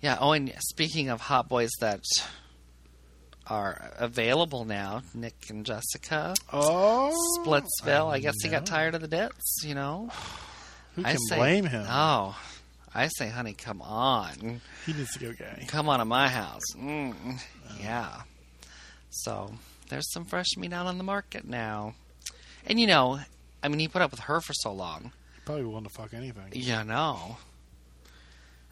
Speaker 1: yeah. Oh, and speaking of hot boys that are available now, Nick and Jessica
Speaker 2: oh.
Speaker 1: Splitsville. I, guess he got
Speaker 2: know.
Speaker 1: tired of the dits, you know.
Speaker 2: Who
Speaker 1: I
Speaker 2: can
Speaker 1: say,
Speaker 2: blame him?
Speaker 1: Oh, I say, honey, come on
Speaker 2: He needs to go gay.
Speaker 1: come on to my house. Mm, yeah. So there's some fresh meat out on the market now. And you know, I mean, he put up with her for so long.
Speaker 2: Probably willing to fuck anything.
Speaker 1: You know.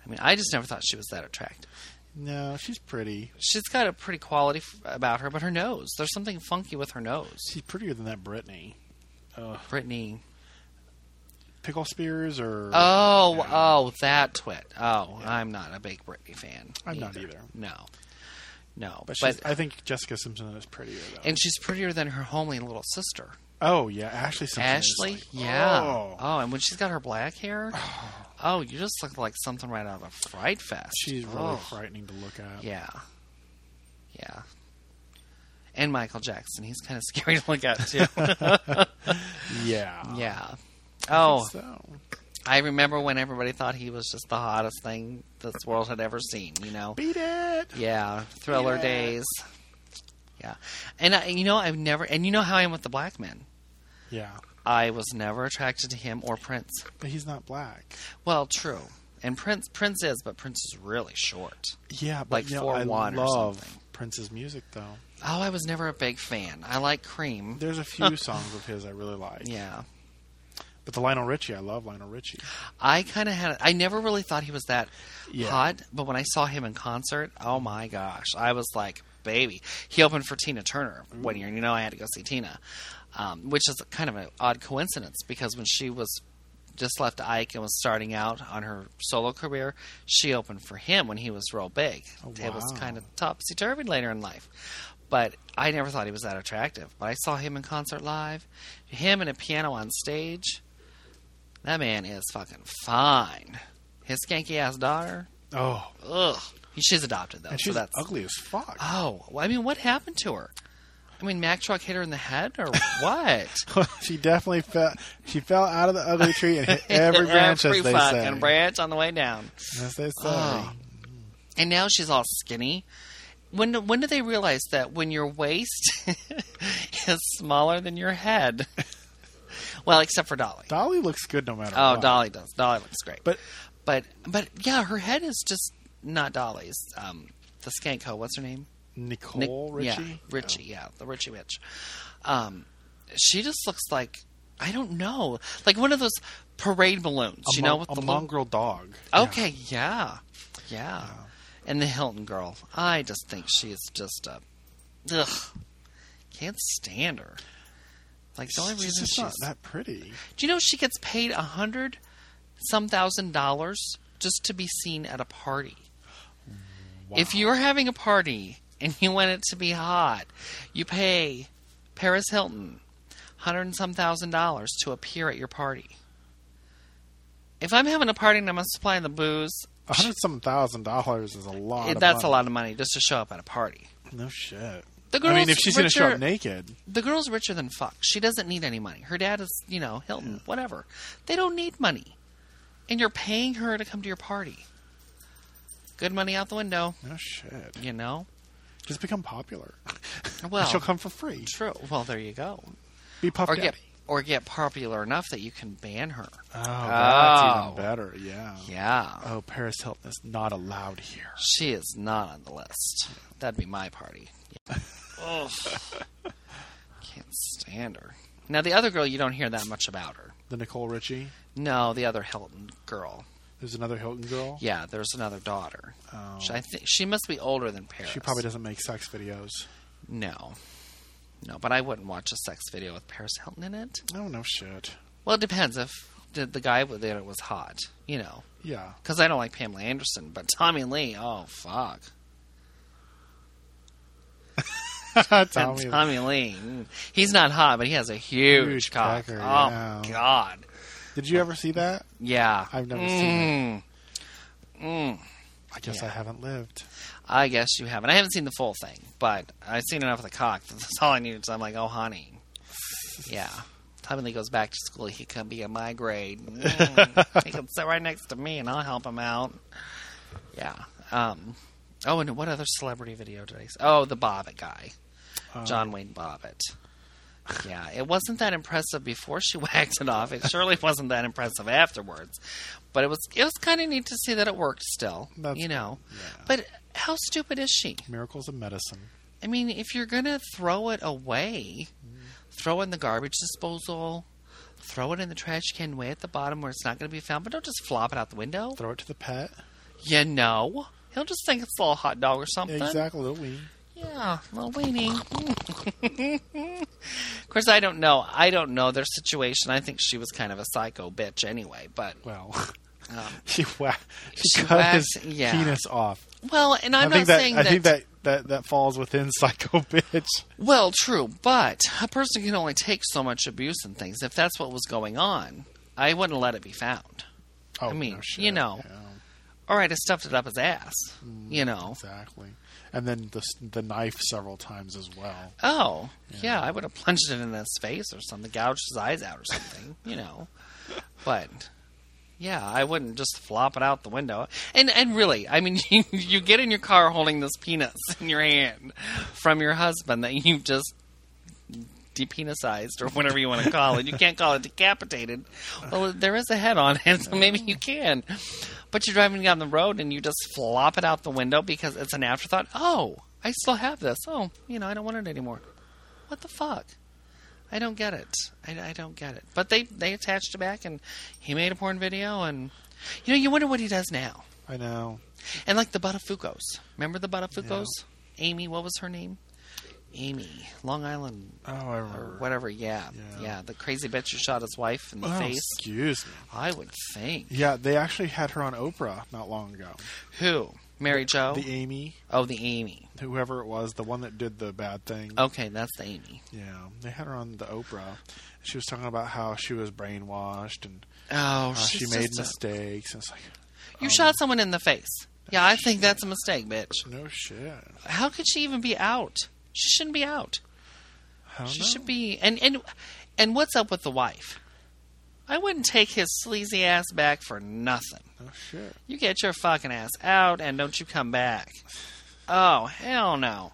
Speaker 1: I mean, I just never thought she was that attractive.
Speaker 2: No, she's pretty.
Speaker 1: She's got a pretty quality f- about her, but her nose. There's something funky with her nose.
Speaker 2: She's prettier than that Brittany.
Speaker 1: Brittany.
Speaker 2: Pickle Spears or.
Speaker 1: Oh,
Speaker 2: Yeah.
Speaker 1: oh, that twit. Oh, I'm not a big Britney fan.
Speaker 2: I'm not either.
Speaker 1: No. No.
Speaker 2: but,
Speaker 1: But,
Speaker 2: she's, I think Jessica Simpson is prettier, though.
Speaker 1: and she's prettier than her homely little sister.
Speaker 2: oh, yeah. Ashley Simpson. is
Speaker 1: Ashley,
Speaker 2: like,
Speaker 1: yeah.
Speaker 2: oh.
Speaker 1: Oh. and when she's got her black
Speaker 2: *sighs*
Speaker 1: hair, oh, you just look like something right out of a Fright Fest.
Speaker 2: She's really
Speaker 1: Oh,
Speaker 2: frightening to look at.
Speaker 1: Yeah, yeah. And Michael Jackson, he's kind of *laughs* scary to look at
Speaker 2: *laughs*
Speaker 1: too.
Speaker 2: Yeah.
Speaker 1: yeah. Oh,
Speaker 2: So,
Speaker 1: I remember when everybody thought he was just the hottest thing this world had ever seen. You know,
Speaker 2: beat it.
Speaker 1: yeah, Thriller
Speaker 2: Yeah.
Speaker 1: days. Yeah, and I, you know I've never, and you know how I am with the black men.
Speaker 2: Yeah.
Speaker 1: I was never attracted to him or Prince.
Speaker 2: But he's not black.
Speaker 1: Well, true. And Prince Prince is, but Prince is really short.
Speaker 2: Yeah, but
Speaker 1: Like
Speaker 2: you know,
Speaker 1: for
Speaker 2: I
Speaker 1: one or
Speaker 2: love
Speaker 1: something.
Speaker 2: Prince's music though.
Speaker 1: Oh, I was never a big fan. I like Cream. *laughs*
Speaker 2: There's a few songs of his I really like.
Speaker 1: Yeah.
Speaker 2: But the Lionel Richie, I love Lionel Richie.
Speaker 1: I kind of had I never really thought he was that
Speaker 2: Yeah.
Speaker 1: hot, but when I saw him in concert, oh my gosh. I was like, baby. He opened for Tina Turner one year, and you know I had to go see Tina. Um, which is kind of an odd coincidence because when she was just left Ike and was starting out on her solo career, she opened for him when he was real big.
Speaker 2: Oh,
Speaker 1: It was
Speaker 2: wow.
Speaker 1: kind of topsy turvy later in life. But I never thought he was that attractive. But I saw him in concert live, him and a piano on stage. That man is fucking fine. His skanky ass daughter,
Speaker 2: Oh,
Speaker 1: ugh, She's adopted though,
Speaker 2: And
Speaker 1: so
Speaker 2: she's
Speaker 1: that's
Speaker 2: ugly as fuck.
Speaker 1: Oh, well, I mean, what happened to her? I mean, Mack truck hit her in the head,
Speaker 2: *laughs*
Speaker 1: or what?
Speaker 2: she definitely fell. She fell out of the ugly tree
Speaker 1: *laughs*
Speaker 2: and hit every branch,
Speaker 1: Every
Speaker 2: as they
Speaker 1: fucking
Speaker 2: say.
Speaker 1: branch on the way down.
Speaker 2: As they say.
Speaker 1: Oh. And now she's all skinny. When do- when do they realize that when your waist *laughs* is smaller than your head? *laughs* well, except for Dolly.
Speaker 2: Dolly looks good no matter.
Speaker 1: Oh,
Speaker 2: what.
Speaker 1: Dolly does. Dolly looks great.
Speaker 2: But
Speaker 1: but but yeah, her head is just not Dolly's. Um, the skank hoe. What's her name? Nic-
Speaker 2: Nicole Richie. Oh.
Speaker 1: Yeah, Richie, yeah, the Richie witch. Um, she just looks like I don't know, like one of those parade balloons,
Speaker 2: A
Speaker 1: you know,
Speaker 2: mon-
Speaker 1: with
Speaker 2: a
Speaker 1: the little-
Speaker 2: mongrel dog.
Speaker 1: Okay, yeah. yeah, and the Hilton girl. I just think she is just a, ugh, can't stand her. Like the only
Speaker 2: She's
Speaker 1: reason
Speaker 2: just
Speaker 1: she's,
Speaker 2: not that pretty.
Speaker 1: do you know she gets paid a hundred some thousand dollars just to be seen at a party? If you're having a party and you want it to be hot, you pay Paris Hilton hundred and some thousand dollars to appear at your party. If I'm having a party and I'm supplying the booze,
Speaker 2: A hundred some thousand dollars is a lot.
Speaker 1: it-
Speaker 2: of
Speaker 1: that's
Speaker 2: money.
Speaker 1: a lot of money just to show up at a party.
Speaker 2: No shit.
Speaker 1: The
Speaker 2: I
Speaker 1: girl's
Speaker 2: mean, if she's
Speaker 1: richer,
Speaker 2: gonna show up naked,
Speaker 1: the girl's richer than fuck. She doesn't need any money. Her dad is, you know, Hilton, whatever. They don't need money. And you're paying her to come to your party. Good money out the window,
Speaker 2: no shit.
Speaker 1: you know?
Speaker 2: Just
Speaker 1: *laughs*
Speaker 2: become popular.
Speaker 1: Well,
Speaker 2: she'll come for free.
Speaker 1: true. Well, there you go.
Speaker 2: Be Puff
Speaker 1: Or
Speaker 2: Daddy.
Speaker 1: get or get popular enough that you can ban her.
Speaker 2: Oh, that's
Speaker 1: Oh.
Speaker 2: even better. Yeah.
Speaker 1: Yeah.
Speaker 2: Oh, Paris Hilton is not allowed here.
Speaker 1: She is not on the list. That'd be my party. oh. Can't stand her. Now the other girl you don't hear that much about her.
Speaker 2: The Nicole Richie.
Speaker 1: No, the other Hilton girl.
Speaker 2: There's another Hilton girl.
Speaker 1: Yeah, there's another daughter.
Speaker 2: Oh.
Speaker 1: She, I think she must be older than Paris.
Speaker 2: She probably doesn't make sex videos.
Speaker 1: No, no. But I wouldn't watch a sex video with Paris Hilton in it.
Speaker 2: Oh no shit.
Speaker 1: Well, it depends if the, the guy with it was hot, you know.
Speaker 2: Yeah.
Speaker 1: Because I don't like Pamela Anderson, but Tommy Lee, oh fuck, And
Speaker 2: Tommy,
Speaker 1: Tommy Lee, mm. he's not hot, but he has a huge,
Speaker 2: Huge
Speaker 1: cock. oh
Speaker 2: pecker, yeah.
Speaker 1: my god,
Speaker 2: did you ever see that?
Speaker 1: yeah.
Speaker 2: I've never
Speaker 1: mm.
Speaker 2: seen
Speaker 1: it. Mm.
Speaker 2: I guess
Speaker 1: Yeah.
Speaker 2: I haven't lived.
Speaker 1: I guess you haven't. I haven't seen the full thing, but I've seen enough of the cock. *laughs* That's all I needed. So I'm like, oh, honey. Yeah. Tommy Lee goes back to school. He could be in my grade.
Speaker 2: *laughs*
Speaker 1: Mm. he could sit right next to me, and I'll help him out. Yeah. Um, oh, and what other celebrity video did I see? Oh, the Bobbitt guy.
Speaker 2: Uh, Um,
Speaker 1: John Wayne Bobbitt. Yeah, it wasn't that impressive before she *laughs* whacked it off. It surely wasn't that impressive afterwards, but it was. It was kind of neat to see that it worked still.
Speaker 2: That's
Speaker 1: you know,
Speaker 2: Yeah.
Speaker 1: but how stupid is she?
Speaker 2: Miracles of medicine.
Speaker 1: I mean, if you're going to throw it away,
Speaker 2: Mm-hmm.
Speaker 1: throw it in the garbage disposal, throw it in the trash can way at the bottom where it's not going to be found, but don't just flop it out the window.
Speaker 2: Throw it to the pet.
Speaker 1: You know? He'll just think it's a little hot dog or something.
Speaker 2: Exactly. Little wee.
Speaker 1: Yeah, little weenie. *laughs* of course, I don't know. I don't know their situation. I think she was kind of a psycho bitch anyway, but.
Speaker 2: Well, *laughs*
Speaker 1: Um,
Speaker 2: she wha- she,
Speaker 1: she
Speaker 2: cut
Speaker 1: whacked-
Speaker 2: his
Speaker 1: yeah.
Speaker 2: penis off.
Speaker 1: well, and I'm
Speaker 2: I think
Speaker 1: not
Speaker 2: that
Speaker 1: saying
Speaker 2: I think that, that that falls within *laughs* psycho bitch.
Speaker 1: Well, true, but a person can only take so much abuse and things. If that's what was going on, I wouldn't let it be found.
Speaker 2: Oh,
Speaker 1: I mean,
Speaker 2: no
Speaker 1: you
Speaker 2: shit.
Speaker 1: know.
Speaker 2: Yeah,
Speaker 1: All right, I stuffed it up his ass, you know.
Speaker 2: exactly. And then the s- the knife several times as well.
Speaker 1: Oh, yeah, I would have plunged it in his face or something, gouged his eyes out or something, *laughs* you know. But yeah, I wouldn't just flop it out the window. And and really, I mean, *laughs* you, you get in your car holding this penis in your hand from your husband that you've just depenicized or whatever you want to call it. You can't call it decapitated. Well, there is a head on it, so maybe you can. But you're driving down the road and you just flop it out the window because it's an afterthought. Oh, I still have this. Oh, you know, I don't want it anymore. What the fuck? I don't get it. I, I don't get it. But they they attached it back, and he made a porn video, and you know, you wonder what he does now.
Speaker 2: I know.
Speaker 1: And like the Buttafuoco's. Remember the Buttafuoco's? Amy, what was her name? Amy, Long Island
Speaker 2: Oh, I
Speaker 1: or
Speaker 2: remember.
Speaker 1: whatever. Yeah,
Speaker 2: Yeah.
Speaker 1: yeah. the crazy bitch who shot his wife in the
Speaker 2: Oh,
Speaker 1: face.
Speaker 2: excuse me.
Speaker 1: I would think.
Speaker 2: Yeah, they actually had her on Oprah not long ago.
Speaker 1: Who? Mary Jo?
Speaker 2: The Amy,
Speaker 1: oh, the Amy.
Speaker 2: whoever it was, the one that did the bad thing.
Speaker 1: Okay, that's the Amy.
Speaker 2: Yeah, they had her on the Oprah. She was talking about how she was brainwashed and
Speaker 1: Oh,
Speaker 2: how she
Speaker 1: she's
Speaker 2: made
Speaker 1: just a-
Speaker 2: mistakes. And it's like oh,
Speaker 1: you shot someone in the face. Yeah, I think that's a mistake, bitch.
Speaker 2: No shit.
Speaker 1: How could she even be out? She shouldn't be out.
Speaker 2: I don't
Speaker 1: She
Speaker 2: know.
Speaker 1: should be. And and and what's up with the wife? I wouldn't take his sleazy ass back for nothing.
Speaker 2: No shit.
Speaker 1: You get your fucking ass out and don't you come back. Oh, hell no.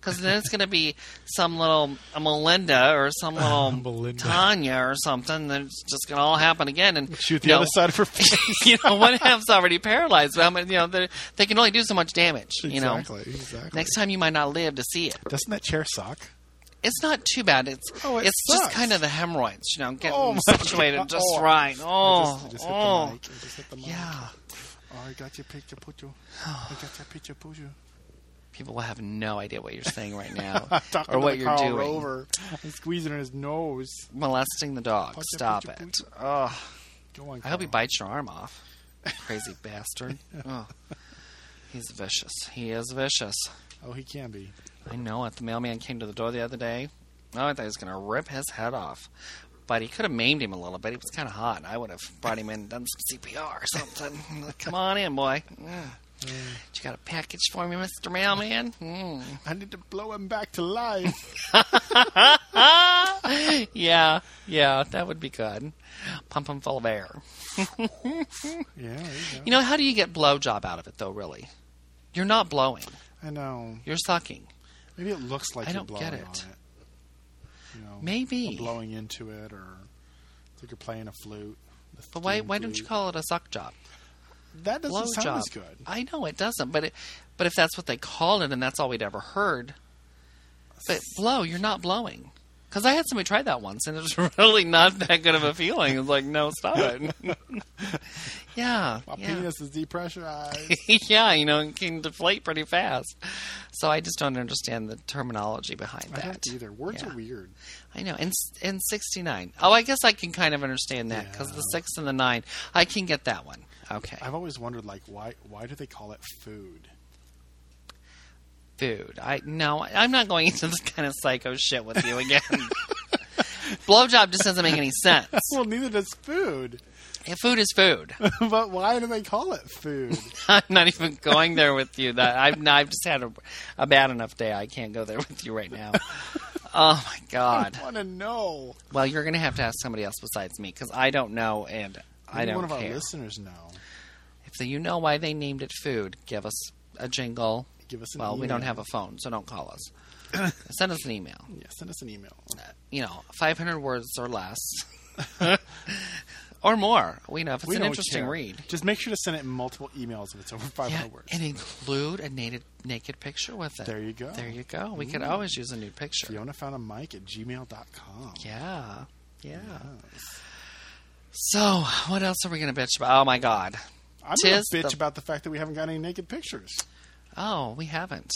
Speaker 1: Because then it's going to be some little Melinda or some little
Speaker 2: *laughs* Melinda.
Speaker 1: Tanya or something that's just going to all happen again. And
Speaker 2: Shoot the
Speaker 1: you know,
Speaker 2: other side of
Speaker 1: *laughs*
Speaker 2: her face.
Speaker 1: you know, one half's already paralyzed. But I mean, you know, they they can only do so much damage. You know,
Speaker 2: exactly. Exactly.
Speaker 1: next time you might not live to see it.
Speaker 2: Doesn't that chair suck?
Speaker 1: It's not too bad. It's
Speaker 2: Oh, it
Speaker 1: it's
Speaker 2: sucks.
Speaker 1: just kind of the hemorrhoids. You know, getting
Speaker 2: Oh, my
Speaker 1: situated
Speaker 2: God.
Speaker 1: just
Speaker 2: Oh,
Speaker 1: right.
Speaker 2: I
Speaker 1: Oh,
Speaker 2: just, I just hit the
Speaker 1: oh,
Speaker 2: mic. I just hit the mic.
Speaker 1: yeah.
Speaker 2: Oh, I got your picture, put
Speaker 1: *sighs*
Speaker 2: you. I got your picture, put you.
Speaker 1: People will have no idea what you're saying right now
Speaker 2: *laughs* Talking
Speaker 1: or
Speaker 2: to
Speaker 1: what
Speaker 2: the
Speaker 1: you're
Speaker 2: Carl
Speaker 1: doing.
Speaker 2: Rover. I'm squeezing her his nose.
Speaker 1: Molesting the dog.
Speaker 2: Punch it,
Speaker 1: Stop
Speaker 2: punch it,
Speaker 1: it.
Speaker 2: punch
Speaker 1: Ugh.
Speaker 2: Go on.
Speaker 1: I hope he
Speaker 2: Carl.
Speaker 1: bites your arm off. Crazy
Speaker 2: *laughs*
Speaker 1: bastard. Ugh. He's vicious. He is vicious.
Speaker 2: Oh, he can be.
Speaker 1: I know it. The mailman came to the door the other day. Oh, I thought he was going to rip his head off. But he could have maimed him a little bit. He was kind of hot. I would have brought him in and done some CPR or something. *laughs* Like, Come on in, boy. Mm. You got a package for me, Mr. Mailman? Mm.
Speaker 2: I need to blow him back to life.
Speaker 1: Ah! *laughs* yeah, yeah, that would be good. Pump him full of air.
Speaker 2: yeah, there you go.
Speaker 1: You know, how do you get blowjob out of it, though, really? You're not blowing,
Speaker 2: I know.
Speaker 1: you're sucking.
Speaker 2: Maybe it looks like
Speaker 1: I
Speaker 2: you're
Speaker 1: don't
Speaker 2: blowing
Speaker 1: get
Speaker 2: on
Speaker 1: it.
Speaker 2: it. You know,
Speaker 1: Maybe.
Speaker 2: or blowing into it, or it's like you're playing a flute. a
Speaker 1: But why,
Speaker 2: string
Speaker 1: why don't you
Speaker 2: flute.
Speaker 1: call it a suck job?
Speaker 2: That doesn't
Speaker 1: blowjob.
Speaker 2: sound as good.
Speaker 1: I know it doesn't, but it, but if that's what they call it, and that's all we'd ever heard, but blow, you're not blowing. Because I had somebody try that once, and it was *laughs* really not that good of a feeling. It's like, no, stop it.
Speaker 2: *laughs*
Speaker 1: yeah,
Speaker 2: My
Speaker 1: yeah.
Speaker 2: penis is depressurized.
Speaker 1: *laughs* yeah, you know, it can deflate pretty fast. So I just don't understand the terminology behind
Speaker 2: I
Speaker 1: that.
Speaker 2: don't either. Words
Speaker 1: Yeah.
Speaker 2: are weird.
Speaker 1: I know. And and 69. Oh, I guess I can kind of understand that because
Speaker 2: Yeah.
Speaker 1: the six and the nine, I can get that one. Okay.
Speaker 2: I've always wondered, like, why why do they call it food?
Speaker 1: food. I no, I- I'm not going into this kind of psycho shit with you again. *laughs* Blowjob just doesn't make any sense.
Speaker 2: Well, neither does food. *laughs*
Speaker 1: If food is food. *laughs*
Speaker 2: but why do they call it food?
Speaker 1: I'm not even going there with you. That I've I've just had a, a bad enough day. I can't go there *laughs* with you right now. Oh my god.
Speaker 2: I want to know.
Speaker 1: Well, you're going to have to ask somebody else besides me because I don't know and I
Speaker 2: Maybe
Speaker 1: don't
Speaker 2: one of our
Speaker 1: care.
Speaker 2: listeners know.
Speaker 1: If you know why they named it food, give us a jingle.
Speaker 2: Give us an
Speaker 1: Well, we don't
Speaker 2: email.
Speaker 1: have a phone, so don't call us.
Speaker 2: *coughs*
Speaker 1: Send us an email.
Speaker 2: Yeah, send us an email.
Speaker 1: you know, 500 words or
Speaker 2: *laughs*
Speaker 1: less. or more. We know if it's
Speaker 2: We
Speaker 1: an
Speaker 2: don't
Speaker 1: interesting
Speaker 2: care.
Speaker 1: read.
Speaker 2: Just make sure to send it in multiple emails if it's over 500
Speaker 1: Yeah,
Speaker 2: words.
Speaker 1: and include a naked, naked picture with it.
Speaker 2: There you go.
Speaker 1: There you go. We could always use a new picture.
Speaker 2: Fiona found a mic at gmail.com.
Speaker 1: Yeah. Yeah.
Speaker 2: Yes.
Speaker 1: So, what else are we going to bitch about? Oh, my God.
Speaker 2: I'm going
Speaker 1: Tis
Speaker 2: to bitch
Speaker 1: the-
Speaker 2: about the fact that we haven't got any naked pictures.
Speaker 1: Oh, we haven't.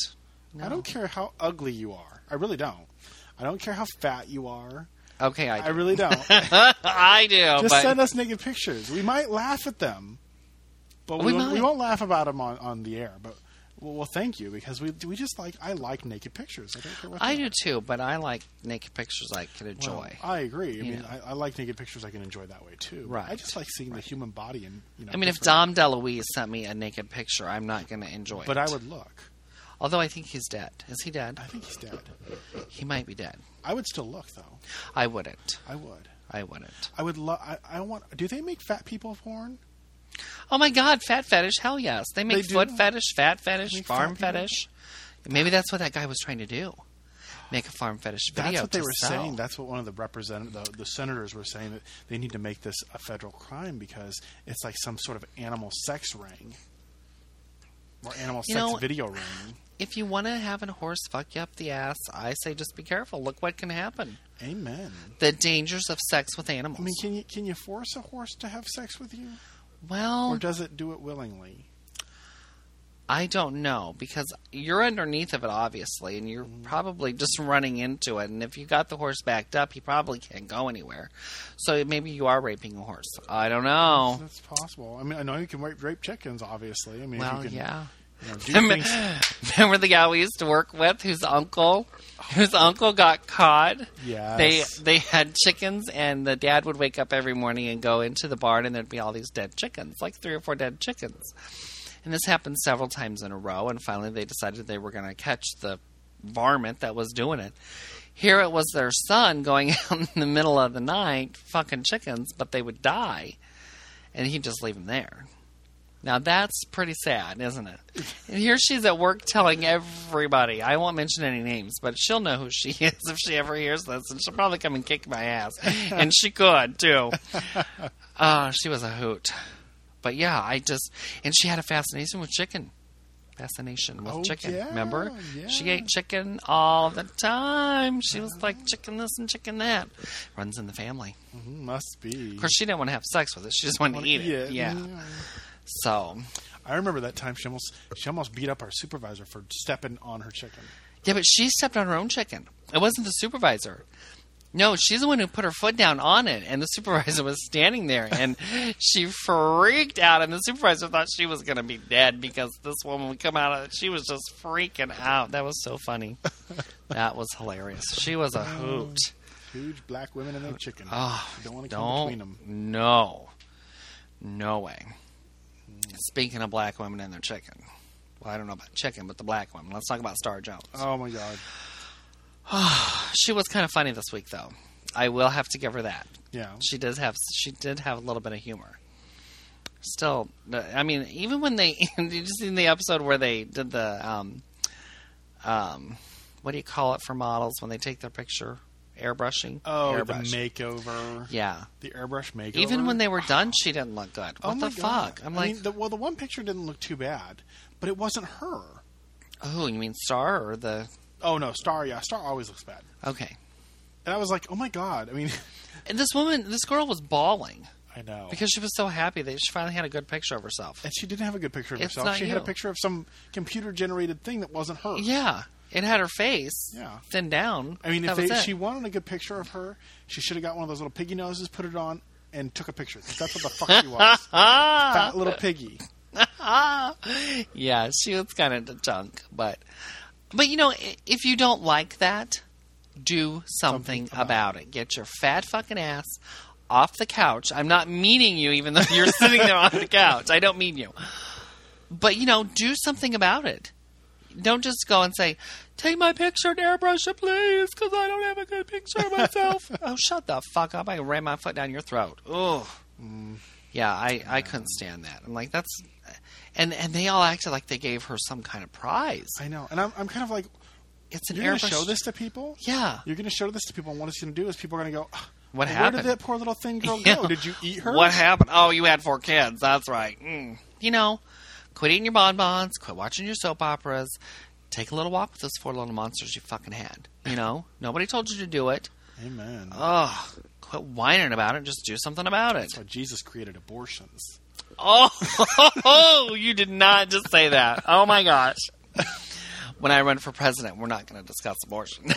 Speaker 1: No.
Speaker 2: I don't care how ugly you are. I really don't. I don't care how fat you are.
Speaker 1: Okay, I
Speaker 2: I
Speaker 1: do.
Speaker 2: really don't.
Speaker 1: *laughs* I, do.
Speaker 2: Just
Speaker 1: but
Speaker 2: send us naked pictures. We might laugh at them, but we,
Speaker 1: We
Speaker 2: won't, we
Speaker 1: might.
Speaker 2: won't laugh about them on, on the air. But well, well, thank you because we we just like I like naked pictures. I don't care what
Speaker 1: I
Speaker 2: they
Speaker 1: do
Speaker 2: are.
Speaker 1: too, but I like naked pictures I can enjoy.
Speaker 2: Well, I agree. I
Speaker 1: You
Speaker 2: mean,
Speaker 1: know.
Speaker 2: I, I like naked pictures. I can enjoy that way too. I
Speaker 1: Right.
Speaker 2: just like seeing the human body and you know.
Speaker 1: I mean, if
Speaker 2: different-
Speaker 1: Dom DeLuise sent me a naked picture, I'm not going to enjoy it.
Speaker 2: but I would look.
Speaker 1: Although I think he's dead. Is he dead?
Speaker 2: I think he's dead.
Speaker 1: He might be dead.
Speaker 2: I would still look though.
Speaker 1: I wouldn't.
Speaker 2: I would.
Speaker 1: I wouldn't.
Speaker 2: I would love. I, I want. Do they make fat people porn?
Speaker 1: Oh my God, fat fetish. Hell yes. They make
Speaker 2: They do?
Speaker 1: foot fetish, fat fetish,
Speaker 2: Make
Speaker 1: farm
Speaker 2: fat people-
Speaker 1: fetish. Maybe that's what that guy was trying to do. Make a farm fetish video.
Speaker 2: That's what they
Speaker 1: to
Speaker 2: were
Speaker 1: sell.
Speaker 2: saying. That's what one of the represent the, the senators were saying that they need to make this a federal crime because it's like some sort of animal sex ring or animal
Speaker 1: You
Speaker 2: sex
Speaker 1: know-
Speaker 2: video ring.
Speaker 1: If you want to have a horse fuck you up the ass, I say just be careful. Look what can happen.
Speaker 2: Amen.
Speaker 1: The dangers of sex with animals.
Speaker 2: I mean, can you can you force a horse to have sex with you,
Speaker 1: well,
Speaker 2: or does it do it willingly?
Speaker 1: I don't know because you're underneath of it, obviously, and you're
Speaker 2: Mm-hmm.
Speaker 1: probably just running into it. And if you got the horse backed up, he probably can't go anywhere. So maybe you are raping a horse. I don't know.
Speaker 2: That's possible. I mean, I know you can rape, rape chickens, obviously. I mean,
Speaker 1: Well,
Speaker 2: if you can,
Speaker 1: yeah. *laughs*
Speaker 2: you know, do
Speaker 1: Remember,
Speaker 2: things.
Speaker 1: remember the guy we used to work with, whose uncle, whose uncle got caught. They
Speaker 2: Yes.
Speaker 1: they had chickens, and the dad would wake up every morning and go into the barn, and there'd be all these dead chickens, like three or four dead chickens. And this happened several times in a row, and finally they decided they were going to catch the varmint that was doing it. Here it was their son going *laughs* out in the middle of the night, fucking chickens, but they would die, and he'd just leave them there. Now that's pretty sad, isn't it? And here she's at work telling everybody. I won't mention any names, but she'll know who she *laughs* is if she ever hears this, and she'll probably come and kick my ass. And she could
Speaker 2: *laughs*
Speaker 1: too. Uh, she was a hoot. But yeah, I just and she had a fascination with chicken. Fascination with
Speaker 2: Oh,
Speaker 1: chicken.
Speaker 2: yeah,
Speaker 1: remember? She
Speaker 2: yeah.
Speaker 1: ate chicken all the time. She was like chicken this and chicken that. Runs in the family.
Speaker 2: Mhm, Must be.
Speaker 1: Of course, she didn't want to have sex with it. She just wanted to eat it. Yeah.
Speaker 2: Mm-hmm. Mm.
Speaker 1: So
Speaker 2: I remember that time she almost she almost beat up our supervisor for stepping on her chicken.
Speaker 1: Yeah, but she stepped on her own chicken. It wasn't the supervisor. No, she's the one who put her foot down on it, and the supervisor was standing there,
Speaker 2: *laughs*
Speaker 1: and she freaked out, and the supervisor thought she was going to be dead because this woman would come out of it. She was just freaking out. That was so
Speaker 2: *laughs*
Speaker 1: funny. that was hilarious. She was a hoot.
Speaker 2: Huge black women and their chicken.
Speaker 1: Ah,
Speaker 2: Oh, don't want to come
Speaker 1: Don't.
Speaker 2: between them.
Speaker 1: No. No way. Speaking of black women and their chicken. Well, I don't know about chicken, but the black woman. Let's talk about Star Jones.
Speaker 2: Oh my god.
Speaker 1: She was kind of funny this week, though. I will have to give her that.
Speaker 2: Yeah.
Speaker 1: She does have she did have a little bit of humor. Still, I mean, even when they *laughs* did you see the episode where they did the um, um, what do you call it for models when they take their picture airbrushing?
Speaker 2: Oh,
Speaker 1: Airbrush.
Speaker 2: the makeover.
Speaker 1: yeah.
Speaker 2: The airbrush makeover.
Speaker 1: Even when they were done, she didn't look good.
Speaker 2: Oh
Speaker 1: What
Speaker 2: my
Speaker 1: the
Speaker 2: God.
Speaker 1: fuck? I'm
Speaker 2: I
Speaker 1: like,
Speaker 2: mean, the, well, the one picture didn't look too bad, but it wasn't her.
Speaker 1: oh, you mean Star or the?
Speaker 2: Oh no, Star. Yeah, Star always looks bad.
Speaker 1: Okay,
Speaker 2: And I was like, oh my god. I mean, *laughs*
Speaker 1: and this woman, this girl was bawling
Speaker 2: I know.
Speaker 1: because she was so happy that she finally had a good picture of herself.
Speaker 2: and she didn't have a good picture of
Speaker 1: It's
Speaker 2: herself.
Speaker 1: not
Speaker 2: She had a
Speaker 1: you.
Speaker 2: picture of some computer generated thing that wasn't her.
Speaker 1: Yeah, it had her face.
Speaker 2: Yeah.
Speaker 1: thinned down.
Speaker 2: I mean, if
Speaker 1: That
Speaker 2: they,
Speaker 1: was it.
Speaker 2: she wanted a good picture of her, she should have got one of those little piggy noses, put it on, and took a picture. 'cause that's what the fuck
Speaker 1: *laughs*
Speaker 2: she was.
Speaker 1: Ah.
Speaker 2: Fat little piggy.
Speaker 1: *gasps* yeah, she was kind of the junk, but but you know, i- if you don't like that, do something,
Speaker 2: Something
Speaker 1: about, it. Get your fat fucking ass off the couch. I'm not meaning you, even though you're *laughs* sitting there on the couch. I don't mean you, but you know, do something about it. Don't just go and say, "Take my picture and airbrush it, please," because I don't have a good picture of myself. oh, shut the fuck up! I ran my foot down your throat. Ugh. Yeah, I, I couldn't stand that. I'm like, that's, and and they all acted like they gave her some kind of prize.
Speaker 2: I know. And I'm, I'm kind of like,
Speaker 1: It's an
Speaker 2: you're going to
Speaker 1: airbrush.
Speaker 2: show this to people?
Speaker 1: Yeah.
Speaker 2: You're going to show this to people, and what it's going to do is people are going to go, "Ah,
Speaker 1: What
Speaker 2: where
Speaker 1: happened?
Speaker 2: did that poor little thing
Speaker 1: *laughs*
Speaker 2: girl
Speaker 1: Yeah.
Speaker 2: go? Did you eat her?
Speaker 1: What happened? Oh, you had four kids. That's right. Mm. You know, quit eating your bonbons. Quit watching your soap operas. Take a little walk with those four little monsters you fucking had. You know, nobody told you to do it.
Speaker 2: Amen.
Speaker 1: Ugh. Quit whining about it. Just do something about it.
Speaker 2: But Jesus created abortions.
Speaker 1: Oh, *laughs* you did not just say that. Oh my gosh. When I run for president, we're not going to discuss abortion. *laughs*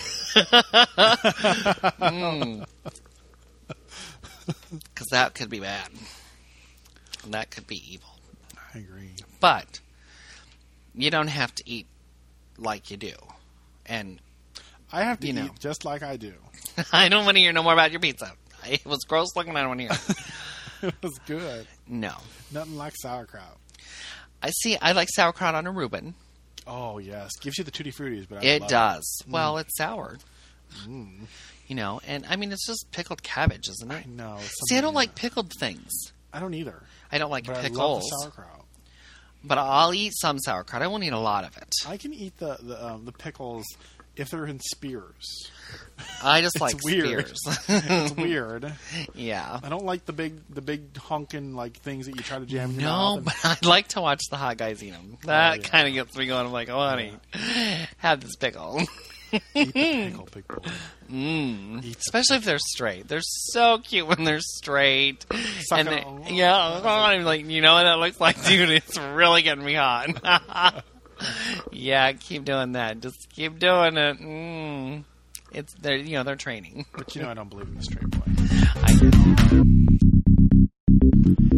Speaker 1: Because Hmm. that could be bad. And that could be evil.
Speaker 2: I agree.
Speaker 1: But you don't have to eat like you do. And *laughs*
Speaker 2: I have to
Speaker 1: You
Speaker 2: eat
Speaker 1: know.
Speaker 2: just like I do. *laughs*
Speaker 1: I don't want to hear no more about your pizza. It was gross looking. I don't want to hear. *laughs* it.
Speaker 2: It was good.
Speaker 1: No.
Speaker 2: Nothing like sauerkraut.
Speaker 1: I see. I like sauerkraut on a Reuben.
Speaker 2: Oh, yes. Gives you the tutti frutti's, but I
Speaker 1: It
Speaker 2: love Mm.
Speaker 1: does. Well, it's sour. You know, and I mean, it's just pickled cabbage, isn't it?
Speaker 2: I know. it's
Speaker 1: See, I
Speaker 2: something
Speaker 1: don't
Speaker 2: in
Speaker 1: like
Speaker 2: it.
Speaker 1: pickled things.
Speaker 2: I don't either.
Speaker 1: I don't like
Speaker 2: But I love
Speaker 1: pickles,
Speaker 2: the sauerkraut.
Speaker 1: but I'll eat some sauerkraut. I won't eat a lot of it.
Speaker 2: I can eat the the, um, the pickles if they're in
Speaker 1: *laughs*
Speaker 2: spears.
Speaker 1: I
Speaker 2: *laughs*
Speaker 1: just like
Speaker 2: weird. *laughs*
Speaker 1: spears. *laughs*
Speaker 2: It's weird.
Speaker 1: yeah.
Speaker 2: I don't like the big the big honking like things that you try to jam. in your mouth
Speaker 1: No,
Speaker 2: and-
Speaker 1: but *laughs* I like to watch the hot guys eat them. That
Speaker 2: Oh, yeah.
Speaker 1: kind of gets me going. I'm like, oh, honey, have this pickle.
Speaker 2: eat the pickle,
Speaker 1: *laughs*
Speaker 2: big boy.
Speaker 1: Mm.
Speaker 2: Eat the-
Speaker 1: Especially if they're straight. They're so cute when they're straight.
Speaker 2: Suck
Speaker 1: and
Speaker 2: it
Speaker 1: they-
Speaker 2: all.
Speaker 1: yeah, I'm like, you know what that looks like, *laughs* dude? It's really getting me hot. *laughs* yeah, keep doing that. Just keep doing it. Mm. It's they're you know they're training.
Speaker 2: But you know I don't believe in the straight boy.
Speaker 1: I,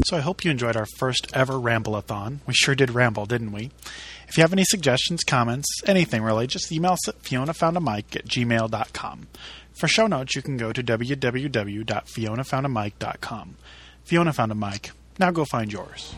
Speaker 2: So I hope you enjoyed our first ever Rambleathon. We sure did ramble, didn't we? If you have any suggestions, comments, anything really, just email us at fionafoundamic at gmail.com. For show notes, you can go to www.fionafoundamic.com. Fiona found a mic. Now go find yours.